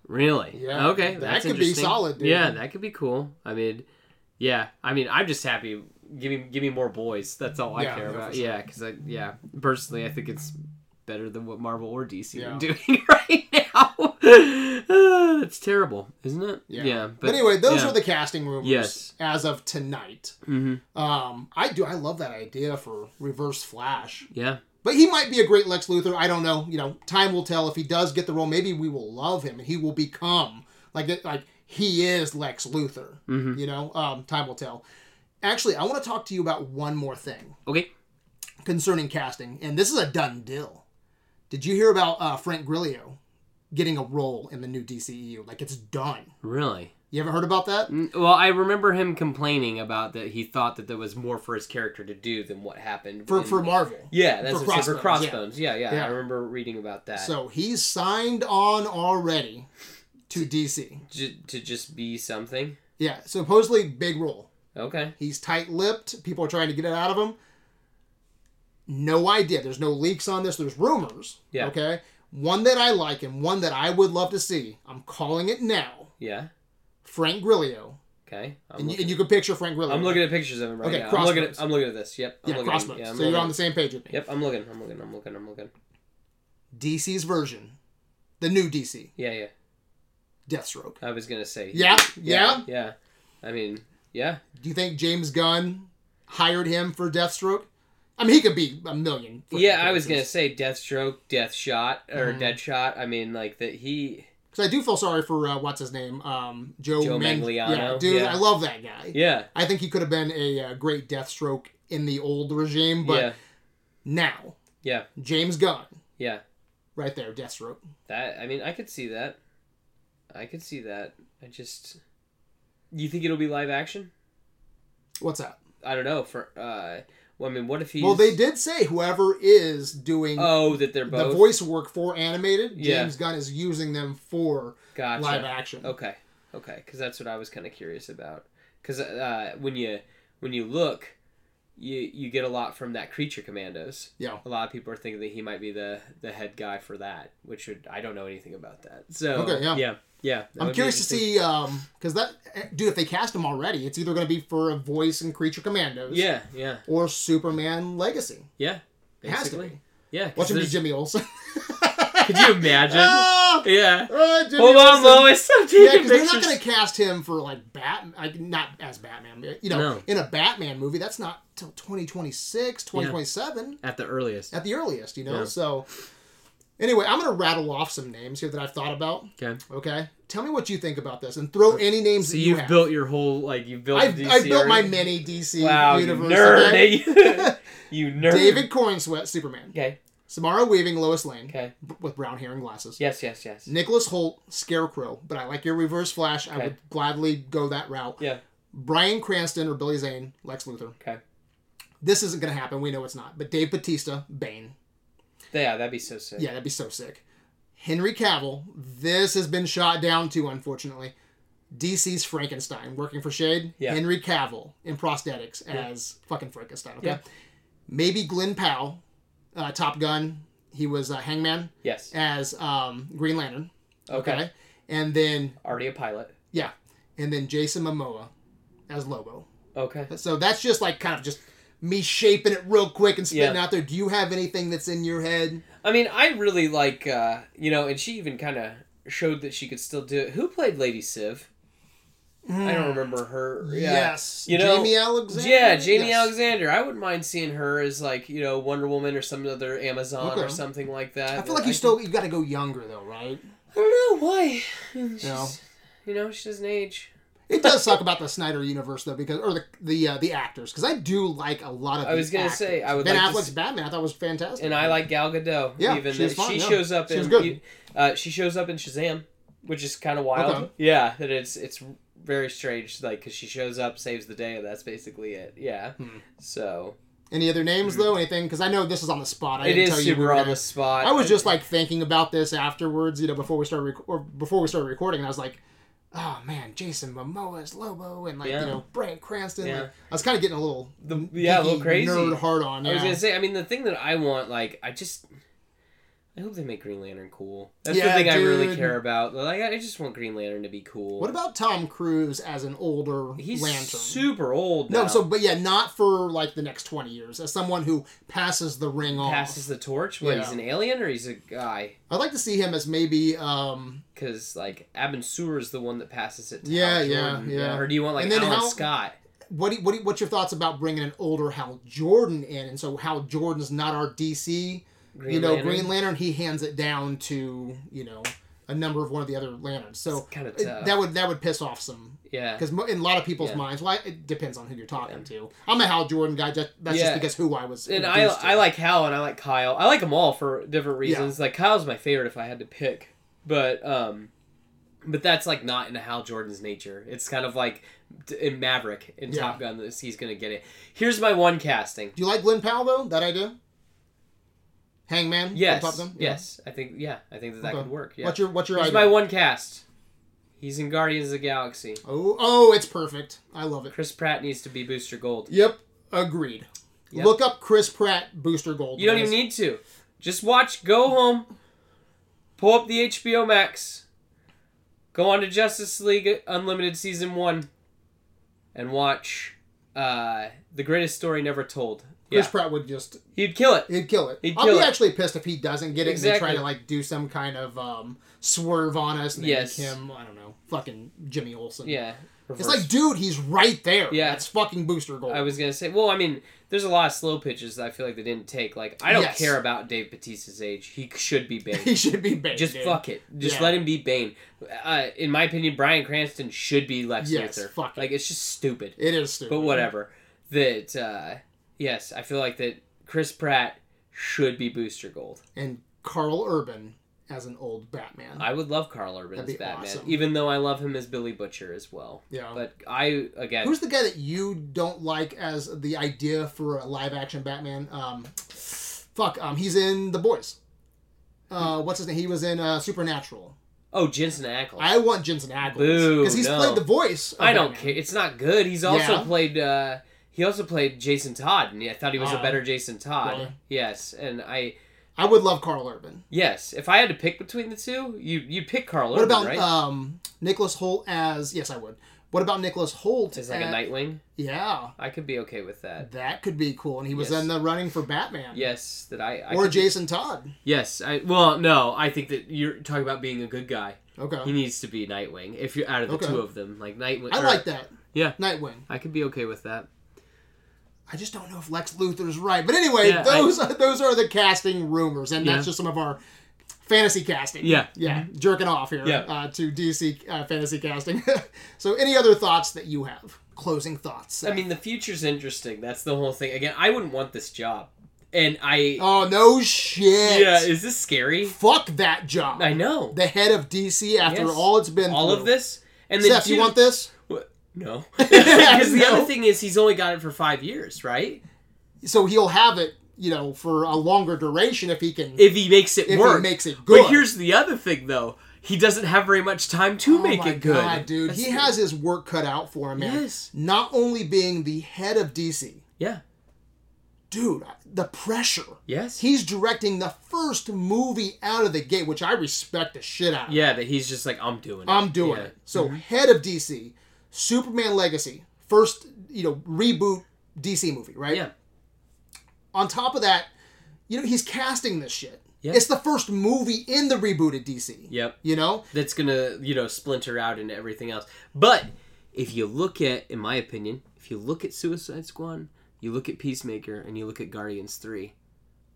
Speaker 2: Really?
Speaker 1: Yeah,
Speaker 2: Okay.
Speaker 1: that
Speaker 2: that's
Speaker 1: could be
Speaker 2: interesting.
Speaker 1: solid, dude.
Speaker 2: Yeah, that could be cool. I mean, yeah. I mean, I'm just happy. Give me, give me more boys. That's all I
Speaker 1: Yeah,
Speaker 2: care
Speaker 1: no,
Speaker 2: about.
Speaker 1: for sure.
Speaker 2: Yeah, because I, yeah, personally, I think it's better than what Marvel or DC
Speaker 1: Yeah.
Speaker 2: are doing right now. That's terrible, isn't it?
Speaker 1: Yeah.
Speaker 2: but,
Speaker 1: But, anyway, those
Speaker 2: yeah.
Speaker 1: are the casting rumors
Speaker 2: Yes.
Speaker 1: as of tonight.
Speaker 2: Mhm.
Speaker 1: Um, I do. I love that idea for Reverse Flash.
Speaker 2: Yeah.
Speaker 1: But he might be a great Lex Luthor. I don't know. You know, time will tell. If he does get the role, maybe we will love him and he will become like that- like he is Lex Luthor.
Speaker 2: Mhm.
Speaker 1: You know, um, time will tell. Actually, I want to talk to you about one more thing.
Speaker 2: Okay.
Speaker 1: concerning casting, and this is a done deal. Did you hear about uh, Frank Grillo getting a role in the new DCEU? Like it's done.
Speaker 2: Really?
Speaker 1: You ever heard about that?
Speaker 2: Mm, Well, I remember him complaining about that he thought that there was more for his character to do than what happened.
Speaker 1: For
Speaker 2: in-
Speaker 1: for Marvel.
Speaker 2: yeah, that's
Speaker 1: for
Speaker 2: for crossbones. For
Speaker 1: Crossbones, yeah.
Speaker 2: crossbones. Yeah. Yeah,
Speaker 1: Yeah.
Speaker 2: I remember reading about that.
Speaker 1: So he's signed on already to DC.
Speaker 2: J- to just be something.
Speaker 1: Yeah, supposedly big role.
Speaker 2: Okay.
Speaker 1: He's tight lipped. People are trying to get it out of him. No idea. There's no leaks on this. There's rumors.
Speaker 2: Yeah.
Speaker 1: Okay. One that I like and one that I would love to see. I'm calling it now.
Speaker 2: Yeah.
Speaker 1: Frank Grillo.
Speaker 2: Okay.
Speaker 1: And,
Speaker 2: I'm,
Speaker 1: you,
Speaker 2: looking,
Speaker 1: and you can picture Frank Grillo.
Speaker 2: I'm looking at pictures of him right
Speaker 1: Okay,
Speaker 2: now. I'm looking,
Speaker 1: Crossbones.
Speaker 2: at, I'm looking at this. Yep. I'm
Speaker 1: Yeah,
Speaker 2: looking,
Speaker 1: Crossbones.
Speaker 2: Yeah, I'm
Speaker 1: so you're
Speaker 2: looking.
Speaker 1: on the same page with me.
Speaker 2: Yep, I'm looking. I'm looking. I'm looking. I'm looking.
Speaker 1: DC's version, the new DC,
Speaker 2: Yeah, yeah.
Speaker 1: Deathstroke.
Speaker 2: I was gonna say.
Speaker 1: Yeah, yeah.
Speaker 2: Uh, Yeah. yeah. I mean, yeah.
Speaker 1: Do you think James Gunn hired him for Deathstroke? I mean, he could be a million. freaking
Speaker 2: Yeah, I was gonna
Speaker 1: characters.
Speaker 2: say Deathstroke, Deathshot, or
Speaker 1: Mhm.
Speaker 2: Deadshot. I mean, like that he.
Speaker 1: Because I do feel sorry for uh, what's his name, um, Joe,
Speaker 2: Joe
Speaker 1: Mang-
Speaker 2: Manganiello,
Speaker 1: Yeah, dude,
Speaker 2: yeah.
Speaker 1: I love that guy.
Speaker 2: Yeah,
Speaker 1: I think he could have been a uh, great Deathstroke in the old regime, but
Speaker 2: yeah,
Speaker 1: now
Speaker 2: yeah,
Speaker 1: James Gunn,
Speaker 2: yeah.
Speaker 1: right there, Deathstroke.
Speaker 2: That I mean, I could see that. I could see that. I just. You think it'll be live action?
Speaker 1: What's that?
Speaker 2: I don't know. For uh, well, I mean, what if he's
Speaker 1: Well, they did say whoever is doing
Speaker 2: Oh, that they're
Speaker 1: the
Speaker 2: both.
Speaker 1: voice work for animated,
Speaker 2: Yeah.
Speaker 1: James Gunn is using them for
Speaker 2: gotcha.
Speaker 1: live action.
Speaker 2: Okay, okay, because that's what I was kind of curious about. Because uh, when you when you look, you you get a lot from that creature commandos.
Speaker 1: Yeah.
Speaker 2: A lot of people are thinking that he might be the the head guy for that, which would I don't know anything about that. So
Speaker 1: Okay, yeah.
Speaker 2: yeah, yeah, that would
Speaker 1: I'm
Speaker 2: be
Speaker 1: curious to see
Speaker 2: interesting.
Speaker 1: um because that dude, if they cast him already, it's either going to be for a voice in Creature Commandos,
Speaker 2: Yeah, yeah,
Speaker 1: or Superman Legacy.
Speaker 2: yeah.
Speaker 1: It has to
Speaker 2: Basically.
Speaker 1: be.
Speaker 2: Yeah. 'cause
Speaker 1: Watch him be
Speaker 2: there's-
Speaker 1: Jimmy Olsen.
Speaker 2: Could you imagine?
Speaker 1: Ah!
Speaker 2: yeah.
Speaker 1: Ah, Jimmy
Speaker 2: Hold on,
Speaker 1: Olsen.
Speaker 2: Lois. I'm taking
Speaker 1: Yeah, because they're not
Speaker 2: pictures.
Speaker 1: going to cast him for like Batman, like not as Batman. You know,
Speaker 2: No.
Speaker 1: in a Batman movie, that's not till 2026, 2027
Speaker 2: At the earliest.
Speaker 1: at the earliest. You know,
Speaker 2: Yeah.
Speaker 1: so anyway, I'm going to rattle off some names here that I've thought about.
Speaker 2: Okay.
Speaker 1: Okay, tell me what you think about this, and throw any names
Speaker 2: So
Speaker 1: that you
Speaker 2: you've
Speaker 1: have.
Speaker 2: built your whole like you've built.
Speaker 1: I've,
Speaker 2: DC
Speaker 1: I've built my
Speaker 2: already?
Speaker 1: mini DC
Speaker 2: Wow,
Speaker 1: universe.
Speaker 2: you nerd.
Speaker 1: okay?
Speaker 2: eh? you nerd.
Speaker 1: David Cornsweet, Superman.
Speaker 2: Okay.
Speaker 1: Samara Weaving, Lois Lane,
Speaker 2: Okay.
Speaker 1: b- with brown hair and glasses.
Speaker 2: Yes. Yes. Yes.
Speaker 1: Nicholas Holt, Scarecrow, but I like your Reverse Flash. I
Speaker 2: Okay.
Speaker 1: would gladly go that route.
Speaker 2: Yeah.
Speaker 1: Brian Cranston or Billy Zane, Lex Luthor.
Speaker 2: Okay.
Speaker 1: This isn't going to happen. We know it's not. But Dave Batista, Bane.
Speaker 2: Yeah, that'd be so sick.
Speaker 1: Yeah, that'd be so sick. Henry Cavill. This has been shot down too, unfortunately. DC's Frankenstein, working for Shade.
Speaker 2: Yeah.
Speaker 1: Henry Cavill in prosthetics as fucking Frankenstein. Okay.
Speaker 2: Yeah.
Speaker 1: Maybe Glenn Powell, uh, Top Gun. He was uh, Hangman
Speaker 2: Yes.
Speaker 1: as um, Green Lantern.
Speaker 2: Okay.
Speaker 1: And then
Speaker 2: Already a pilot.
Speaker 1: yeah, and then Jason Momoa as Lobo.
Speaker 2: Okay.
Speaker 1: So that's just like kind of just me shaping it real quick and spitting
Speaker 2: Yeah.
Speaker 1: out there. Do you have anything that's in your head?
Speaker 2: I mean, I really like, uh, you know, and she even kind of showed that she could still do it. Who played Lady Civ? I don't remember her. Yeah.
Speaker 1: Mm. Yes.
Speaker 2: You know-
Speaker 1: Jamie Alexander.
Speaker 2: Yeah, Jamie
Speaker 1: Yes.
Speaker 2: Alexander. I wouldn't mind seeing her as like you know Wonder Woman or some other Amazon or
Speaker 1: Okay.
Speaker 2: something like that.
Speaker 1: I feel like you still you got to go younger though, right?
Speaker 2: I don't know why. She's,
Speaker 1: No.
Speaker 2: You know, she doesn't age.
Speaker 1: It does suck about the Snyder universe though, because or the the uh, the actors, because I do like a lot of.
Speaker 2: I
Speaker 1: the
Speaker 2: was gonna say,
Speaker 1: actors.
Speaker 2: I would
Speaker 1: Ben
Speaker 2: like to
Speaker 1: Affleck's
Speaker 2: s-
Speaker 1: Batman. I thought was fantastic.
Speaker 2: and I like Gal Gadot.
Speaker 1: Yeah,
Speaker 2: even
Speaker 1: she was
Speaker 2: though
Speaker 1: fine,
Speaker 2: she
Speaker 1: yeah.
Speaker 2: shows up
Speaker 1: She
Speaker 2: in
Speaker 1: was good.
Speaker 2: you- Uh, she shows up in Shazam, which is kind of wild.
Speaker 1: Okay.
Speaker 2: Yeah, that it's it's very strange, like because she shows up, saves the day, and that's basically it. Yeah,
Speaker 1: Hmm.
Speaker 2: so
Speaker 1: Any other names though? Anything? Because I know this is on the spot. I
Speaker 2: it
Speaker 1: didn't
Speaker 2: is
Speaker 1: tell you we
Speaker 2: super
Speaker 1: were
Speaker 2: on
Speaker 1: gonna-
Speaker 2: the spot.
Speaker 1: I was just like thinking about this afterwards, you know, before we started rec- or before we started recording, and I was like, "Oh man, Jason Momoa is Lobo, and like
Speaker 2: Yeah.
Speaker 1: you know, Bryan Cranston."
Speaker 2: Yeah.
Speaker 1: Like, I was kind of getting a little
Speaker 2: The- yeah, a little
Speaker 1: geeky
Speaker 2: crazy.
Speaker 1: nerd hard on.
Speaker 2: I
Speaker 1: Yeah,
Speaker 2: was gonna say. I mean, the thing that I want, like, I just. I hope they make Green Lantern cool. That's
Speaker 1: Yeah,
Speaker 2: the thing I really
Speaker 1: dude.
Speaker 2: care about. Like, I I just want Green Lantern to be cool.
Speaker 1: what about Tom Cruise as an older
Speaker 2: He's
Speaker 1: Lantern?
Speaker 2: super old.
Speaker 1: no,
Speaker 2: now.
Speaker 1: so but yeah, not for like the next twenty years. As someone who passes the ring off,
Speaker 2: passes the torch. What?
Speaker 1: Yeah.
Speaker 2: He's an alien or he's a guy?
Speaker 1: I'd like to see him as maybe. um
Speaker 2: because like Abin Sur is the one that passes it. To
Speaker 1: Yeah,
Speaker 2: Hal
Speaker 1: yeah,
Speaker 2: Jordan.
Speaker 1: yeah.
Speaker 2: Or do you want like
Speaker 1: And then
Speaker 2: Alan
Speaker 1: Hal-
Speaker 2: Scott?
Speaker 1: What do, you- what do, you- what's your thoughts about bringing an older Hal Jordan in, and so Hal Jordan's not our DC
Speaker 2: Green
Speaker 1: you know,
Speaker 2: Lantern?
Speaker 1: Green Lantern, he hands it down to, you know, a a number of one of the other lanterns. So
Speaker 2: It's kinda
Speaker 1: it-
Speaker 2: tough.
Speaker 1: that would that would piss off some
Speaker 2: Yeah.
Speaker 1: because in a lot of people's
Speaker 2: Yeah.
Speaker 1: minds, well, it depends on who you're talking to. I'm a Hal Jordan guy. Just, that's just
Speaker 2: Yeah.
Speaker 1: because who I was.
Speaker 2: And I,
Speaker 1: introduced to.
Speaker 2: I like Hal and I like Kyle. I like them all for different reasons. Like Kyle's my favorite if I had to pick, but um, but that's like not in Hal Jordan's nature. It's kind of like t- in Maverick in
Speaker 1: Yeah.
Speaker 2: Top Gun that he's gonna get it. Here's my one casting.
Speaker 1: Do you like Glenn Powell though? That idea. Hangman. from
Speaker 2: Yes,
Speaker 1: Top Gun? Yeah.
Speaker 2: yes, I think yeah, I think that that
Speaker 1: Okay.
Speaker 2: could work. Yeah.
Speaker 1: What's your What's your
Speaker 2: Here's
Speaker 1: idea?
Speaker 2: my one cast. He's in Guardians of the Galaxy.
Speaker 1: Oh, oh, it's perfect. I love it.
Speaker 2: Chris Pratt needs to be Booster Gold.
Speaker 1: Yep, agreed.
Speaker 2: Yep.
Speaker 1: Look up Chris Pratt Booster Gold.
Speaker 2: You don't
Speaker 1: guys.
Speaker 2: even need to. Just watch. Go home. Pull up the HBO Max. Go on to Justice League Unlimited season one, and watch uh, the greatest story never told.
Speaker 1: Chris
Speaker 2: Yeah,
Speaker 1: Pratt would just
Speaker 2: he'd kill it.
Speaker 1: he'd kill it.
Speaker 2: He'd
Speaker 1: I'll
Speaker 2: kill
Speaker 1: be
Speaker 2: it.
Speaker 1: actually pissed if he doesn't get it and they
Speaker 2: Exactly.
Speaker 1: try to like do some kind of um, swerve on us and they
Speaker 2: Yes.
Speaker 1: make him I don't know fucking Jimmy Olsen.
Speaker 2: Yeah,
Speaker 1: It's like, dude, he's right there.
Speaker 2: Yeah.
Speaker 1: That's fucking booster gold.
Speaker 2: I was gonna say. Well, I mean, there's a lot of slow pitches that I feel like they didn't take. Like, I don't
Speaker 1: Yes.
Speaker 2: care about Dave Bautista's age. He should be banned.
Speaker 1: he should be banned.
Speaker 2: Just
Speaker 1: dude.
Speaker 2: fuck it. Just
Speaker 1: Yeah.
Speaker 2: let him be Bane. Uh, in my opinion, Brian Cranston should be Lex
Speaker 1: Yes,
Speaker 2: Luthor.
Speaker 1: fuck it.
Speaker 2: like it's just stupid.
Speaker 1: It is stupid.
Speaker 2: But whatever. That uh, yes, I feel like that Chris Pratt should be Booster Gold.
Speaker 1: And Carl Urban as an old Batman.
Speaker 2: I would love Carl Urban
Speaker 1: That'd
Speaker 2: as
Speaker 1: be
Speaker 2: Batman,
Speaker 1: awesome.
Speaker 2: even though I love him as Billy Butcher as well.
Speaker 1: yeah.
Speaker 2: But I again,
Speaker 1: Who's the guy that you don't like as the idea for a live action Batman? Um, fuck. Um, he's in The Boys. Uh, what's his name? He was in uh, Supernatural.
Speaker 2: oh Jensen Ackles. I,
Speaker 1: I want Jensen Ackles
Speaker 2: Boo,
Speaker 1: he's
Speaker 2: no.
Speaker 1: played the voice. of
Speaker 2: don't
Speaker 1: Batman.
Speaker 2: care. It's not good. He's also
Speaker 1: Yeah.
Speaker 2: played. Uh, he also played Jason Todd, and I thought he was
Speaker 1: Uh,
Speaker 2: a better Jason Todd.
Speaker 1: really?
Speaker 2: Yes, and I
Speaker 1: I would love Carl Urban.
Speaker 2: yes, if I had to pick between the two, you you pick Carl
Speaker 1: What
Speaker 2: Urban,
Speaker 1: about
Speaker 2: right?
Speaker 1: um Nicholas Holt as? Yes, I would. What about Nicholas Holt?
Speaker 2: It's like a
Speaker 1: at-
Speaker 2: Nightwing.
Speaker 1: Yeah,
Speaker 2: I could be okay with that.
Speaker 1: that could be cool. And he was
Speaker 2: Yes.
Speaker 1: in the running for Batman.
Speaker 2: Yes, that I, I
Speaker 1: Or
Speaker 2: could be-
Speaker 1: Jason Todd.
Speaker 2: Yes, I well no, I think that you're talking about being a good guy.
Speaker 1: Okay.
Speaker 2: He needs to be Nightwing. If you're out of the
Speaker 1: Okay.
Speaker 2: two of them, like Nightwing,
Speaker 1: I
Speaker 2: or-
Speaker 1: like that.
Speaker 2: Yeah.
Speaker 1: Nightwing.
Speaker 2: I could be okay with that.
Speaker 1: I just don't know if Lex Luthor's right. But anyway,
Speaker 2: Yeah,
Speaker 1: those are those are the casting rumors, and that's
Speaker 2: Yeah.
Speaker 1: just some of our fantasy casting.
Speaker 2: Yeah. Mm-hmm.
Speaker 1: yeah, jerking off here
Speaker 2: Yeah.
Speaker 1: uh, to DC uh, fantasy casting. so, any other thoughts that you have? Closing thoughts.
Speaker 2: I mean, the future's interesting. That's the whole thing. Again, I wouldn't want this job, and I
Speaker 1: oh no Oh, shit!
Speaker 2: yeah, is this scary?
Speaker 1: fuck that job.
Speaker 2: I know
Speaker 1: The head of DC after
Speaker 2: Yes.
Speaker 1: all it's been
Speaker 2: all of
Speaker 1: through.
Speaker 2: this. And
Speaker 1: Steph,
Speaker 2: then
Speaker 1: you want this?
Speaker 2: no? Because the
Speaker 1: No.
Speaker 2: other thing is, he's only got it for five years, right?
Speaker 1: So he'll have it, you know, for a longer duration if he can.
Speaker 2: If he makes it
Speaker 1: If he
Speaker 2: work,
Speaker 1: makes it
Speaker 2: But
Speaker 1: good.
Speaker 2: here's the other thing, though. He doesn't have very much time to
Speaker 1: Oh
Speaker 2: make
Speaker 1: my
Speaker 2: it good,
Speaker 1: God, dude,
Speaker 2: That's
Speaker 1: he
Speaker 2: the-
Speaker 1: has his work cut out for him, man.
Speaker 2: Yes.
Speaker 1: Not only being the head of DC,
Speaker 2: yeah,
Speaker 1: dude, the pressure.
Speaker 2: yes,
Speaker 1: He's directing the first movie out of the gate, which I respect the shit out of.
Speaker 2: Yeah, that he's just like, I'm doing it.
Speaker 1: I'm doing
Speaker 2: Yeah. Mm-hmm.
Speaker 1: it. So head of DC, Superman Legacy, first you know reboot DC movie, right?
Speaker 2: Yeah.
Speaker 1: On top of that, you know he's casting this shit.
Speaker 2: Yeah.
Speaker 1: It's the first movie in the rebooted DC.
Speaker 2: Yep.
Speaker 1: You know,
Speaker 2: That's gonna, you know, splinter out into everything else. But if you look at, in my opinion, if you look at Suicide Squad, you look at Peacemaker, and you look at Guardians Three,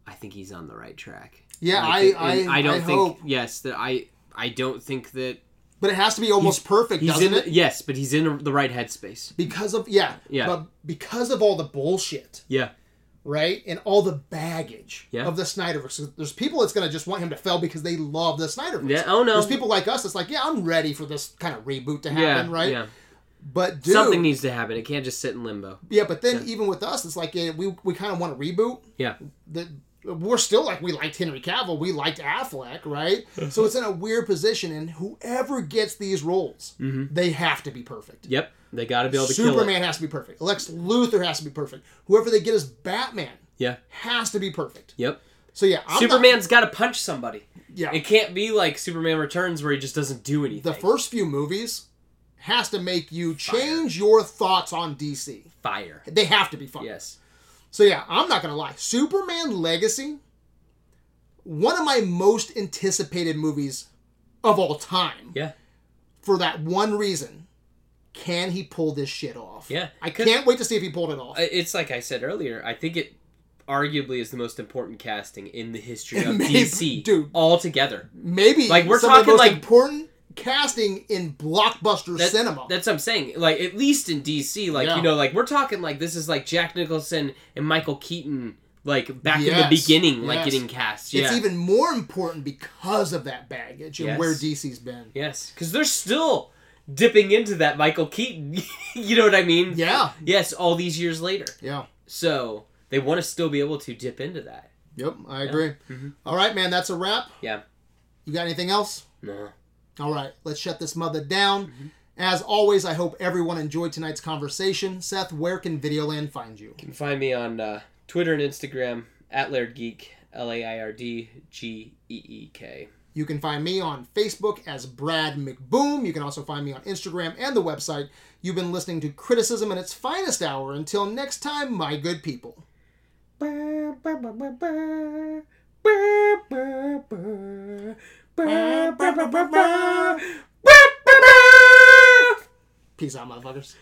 Speaker 2: I think he's on the right track.
Speaker 1: yeah, I,
Speaker 2: think-
Speaker 1: I,
Speaker 2: and
Speaker 1: I,
Speaker 2: don't think
Speaker 1: hope,
Speaker 2: yes that I I don't think that
Speaker 1: but it has to be almost perfect,
Speaker 2: he's
Speaker 1: doesn't
Speaker 2: in
Speaker 1: it?
Speaker 2: yes, but he's in the right headspace.
Speaker 1: Because of yeah,
Speaker 2: Yeah.
Speaker 1: but because of all the bullshit,
Speaker 2: Yeah,
Speaker 1: right? And all the baggage
Speaker 2: Yeah.
Speaker 1: of the Snyderverse. So there's people that's going to just want him to fail because they love the Snyderverse.
Speaker 2: Yeah, oh, no.
Speaker 1: There's people like us that's like, yeah, I'm ready for this kind of reboot to happen,
Speaker 2: yeah,
Speaker 1: right?
Speaker 2: Yeah,
Speaker 1: But dude,
Speaker 2: something needs to happen. It can't just sit in limbo.
Speaker 1: yeah. But then even with us, it's like yeah, we we kind of want to reboot.
Speaker 2: Yeah,
Speaker 1: The, we're still like we liked Henry Cavill, we liked Affleck, right? so it's in a weird position, and whoever gets these roles, they have to be perfect.
Speaker 2: yep, they got to be able to Mm-hmm. kill it.
Speaker 1: Superman has to be perfect. Lex Luthor has to be perfect. Whoever they get as Batman
Speaker 2: Yeah,
Speaker 1: has to be perfect.
Speaker 2: yep.
Speaker 1: So yeah, I'm not-
Speaker 2: Superman's got to punch somebody.
Speaker 1: yeah,
Speaker 2: It can't be like Superman Returns where he just doesn't do anything.
Speaker 1: the first few movies has to make you change your thoughts on DC.
Speaker 2: fire.
Speaker 1: They have to be fun.
Speaker 2: Yes.
Speaker 1: So yeah, I'm not gonna lie. Superman Legacy, one of my most anticipated movies of all time.
Speaker 2: Yeah.
Speaker 1: For that one reason, can he pull this shit off?
Speaker 2: Yeah.
Speaker 1: I can't wait to see if he pulled it off.
Speaker 2: I- It's like I said earlier. I think it arguably is the most important casting in the history of
Speaker 1: Maybe-
Speaker 2: DC
Speaker 1: dude.
Speaker 2: altogether.
Speaker 1: Maybe
Speaker 2: Like, we're
Speaker 1: some of the
Speaker 2: talking,
Speaker 1: most
Speaker 2: like-
Speaker 1: important casting in blockbuster
Speaker 2: That-
Speaker 1: cinema.
Speaker 2: That's what I'm saying. Like at least in DC, like
Speaker 1: Yeah.
Speaker 2: you know, like we're talking like this is like Jack Nicholson and Michael Keaton, like back in
Speaker 1: Yes.
Speaker 2: the beginning, like
Speaker 1: Yes.
Speaker 2: getting cast. Yeah.
Speaker 1: it's even more important because of that baggage and
Speaker 2: Yes.
Speaker 1: where DC's been.
Speaker 2: Yes, because they're still dipping into that Michael Keaton. you know what I mean?
Speaker 1: Yeah.
Speaker 2: Yes, all these years later.
Speaker 1: Yeah.
Speaker 2: So they want to still be able to dip into that.
Speaker 1: Yep, I agree. All right, man, that's a wrap.
Speaker 2: Mm-hmm. Yeah.
Speaker 1: You got anything else?
Speaker 2: No.
Speaker 1: All right, let's shut this mother down. As always, I hope everyone enjoyed tonight's conversation. Seth, where can Videoland find you?
Speaker 2: You can find me on uh, Twitter and Instagram at Laird Geek, L A I R D G E E K.
Speaker 1: You can find me on Facebook as Brad McBoom. You can also find me on Instagram and the website. You've been listening to Criticism in its finest hour. Until next time, my good people. Peace out, motherfuckers.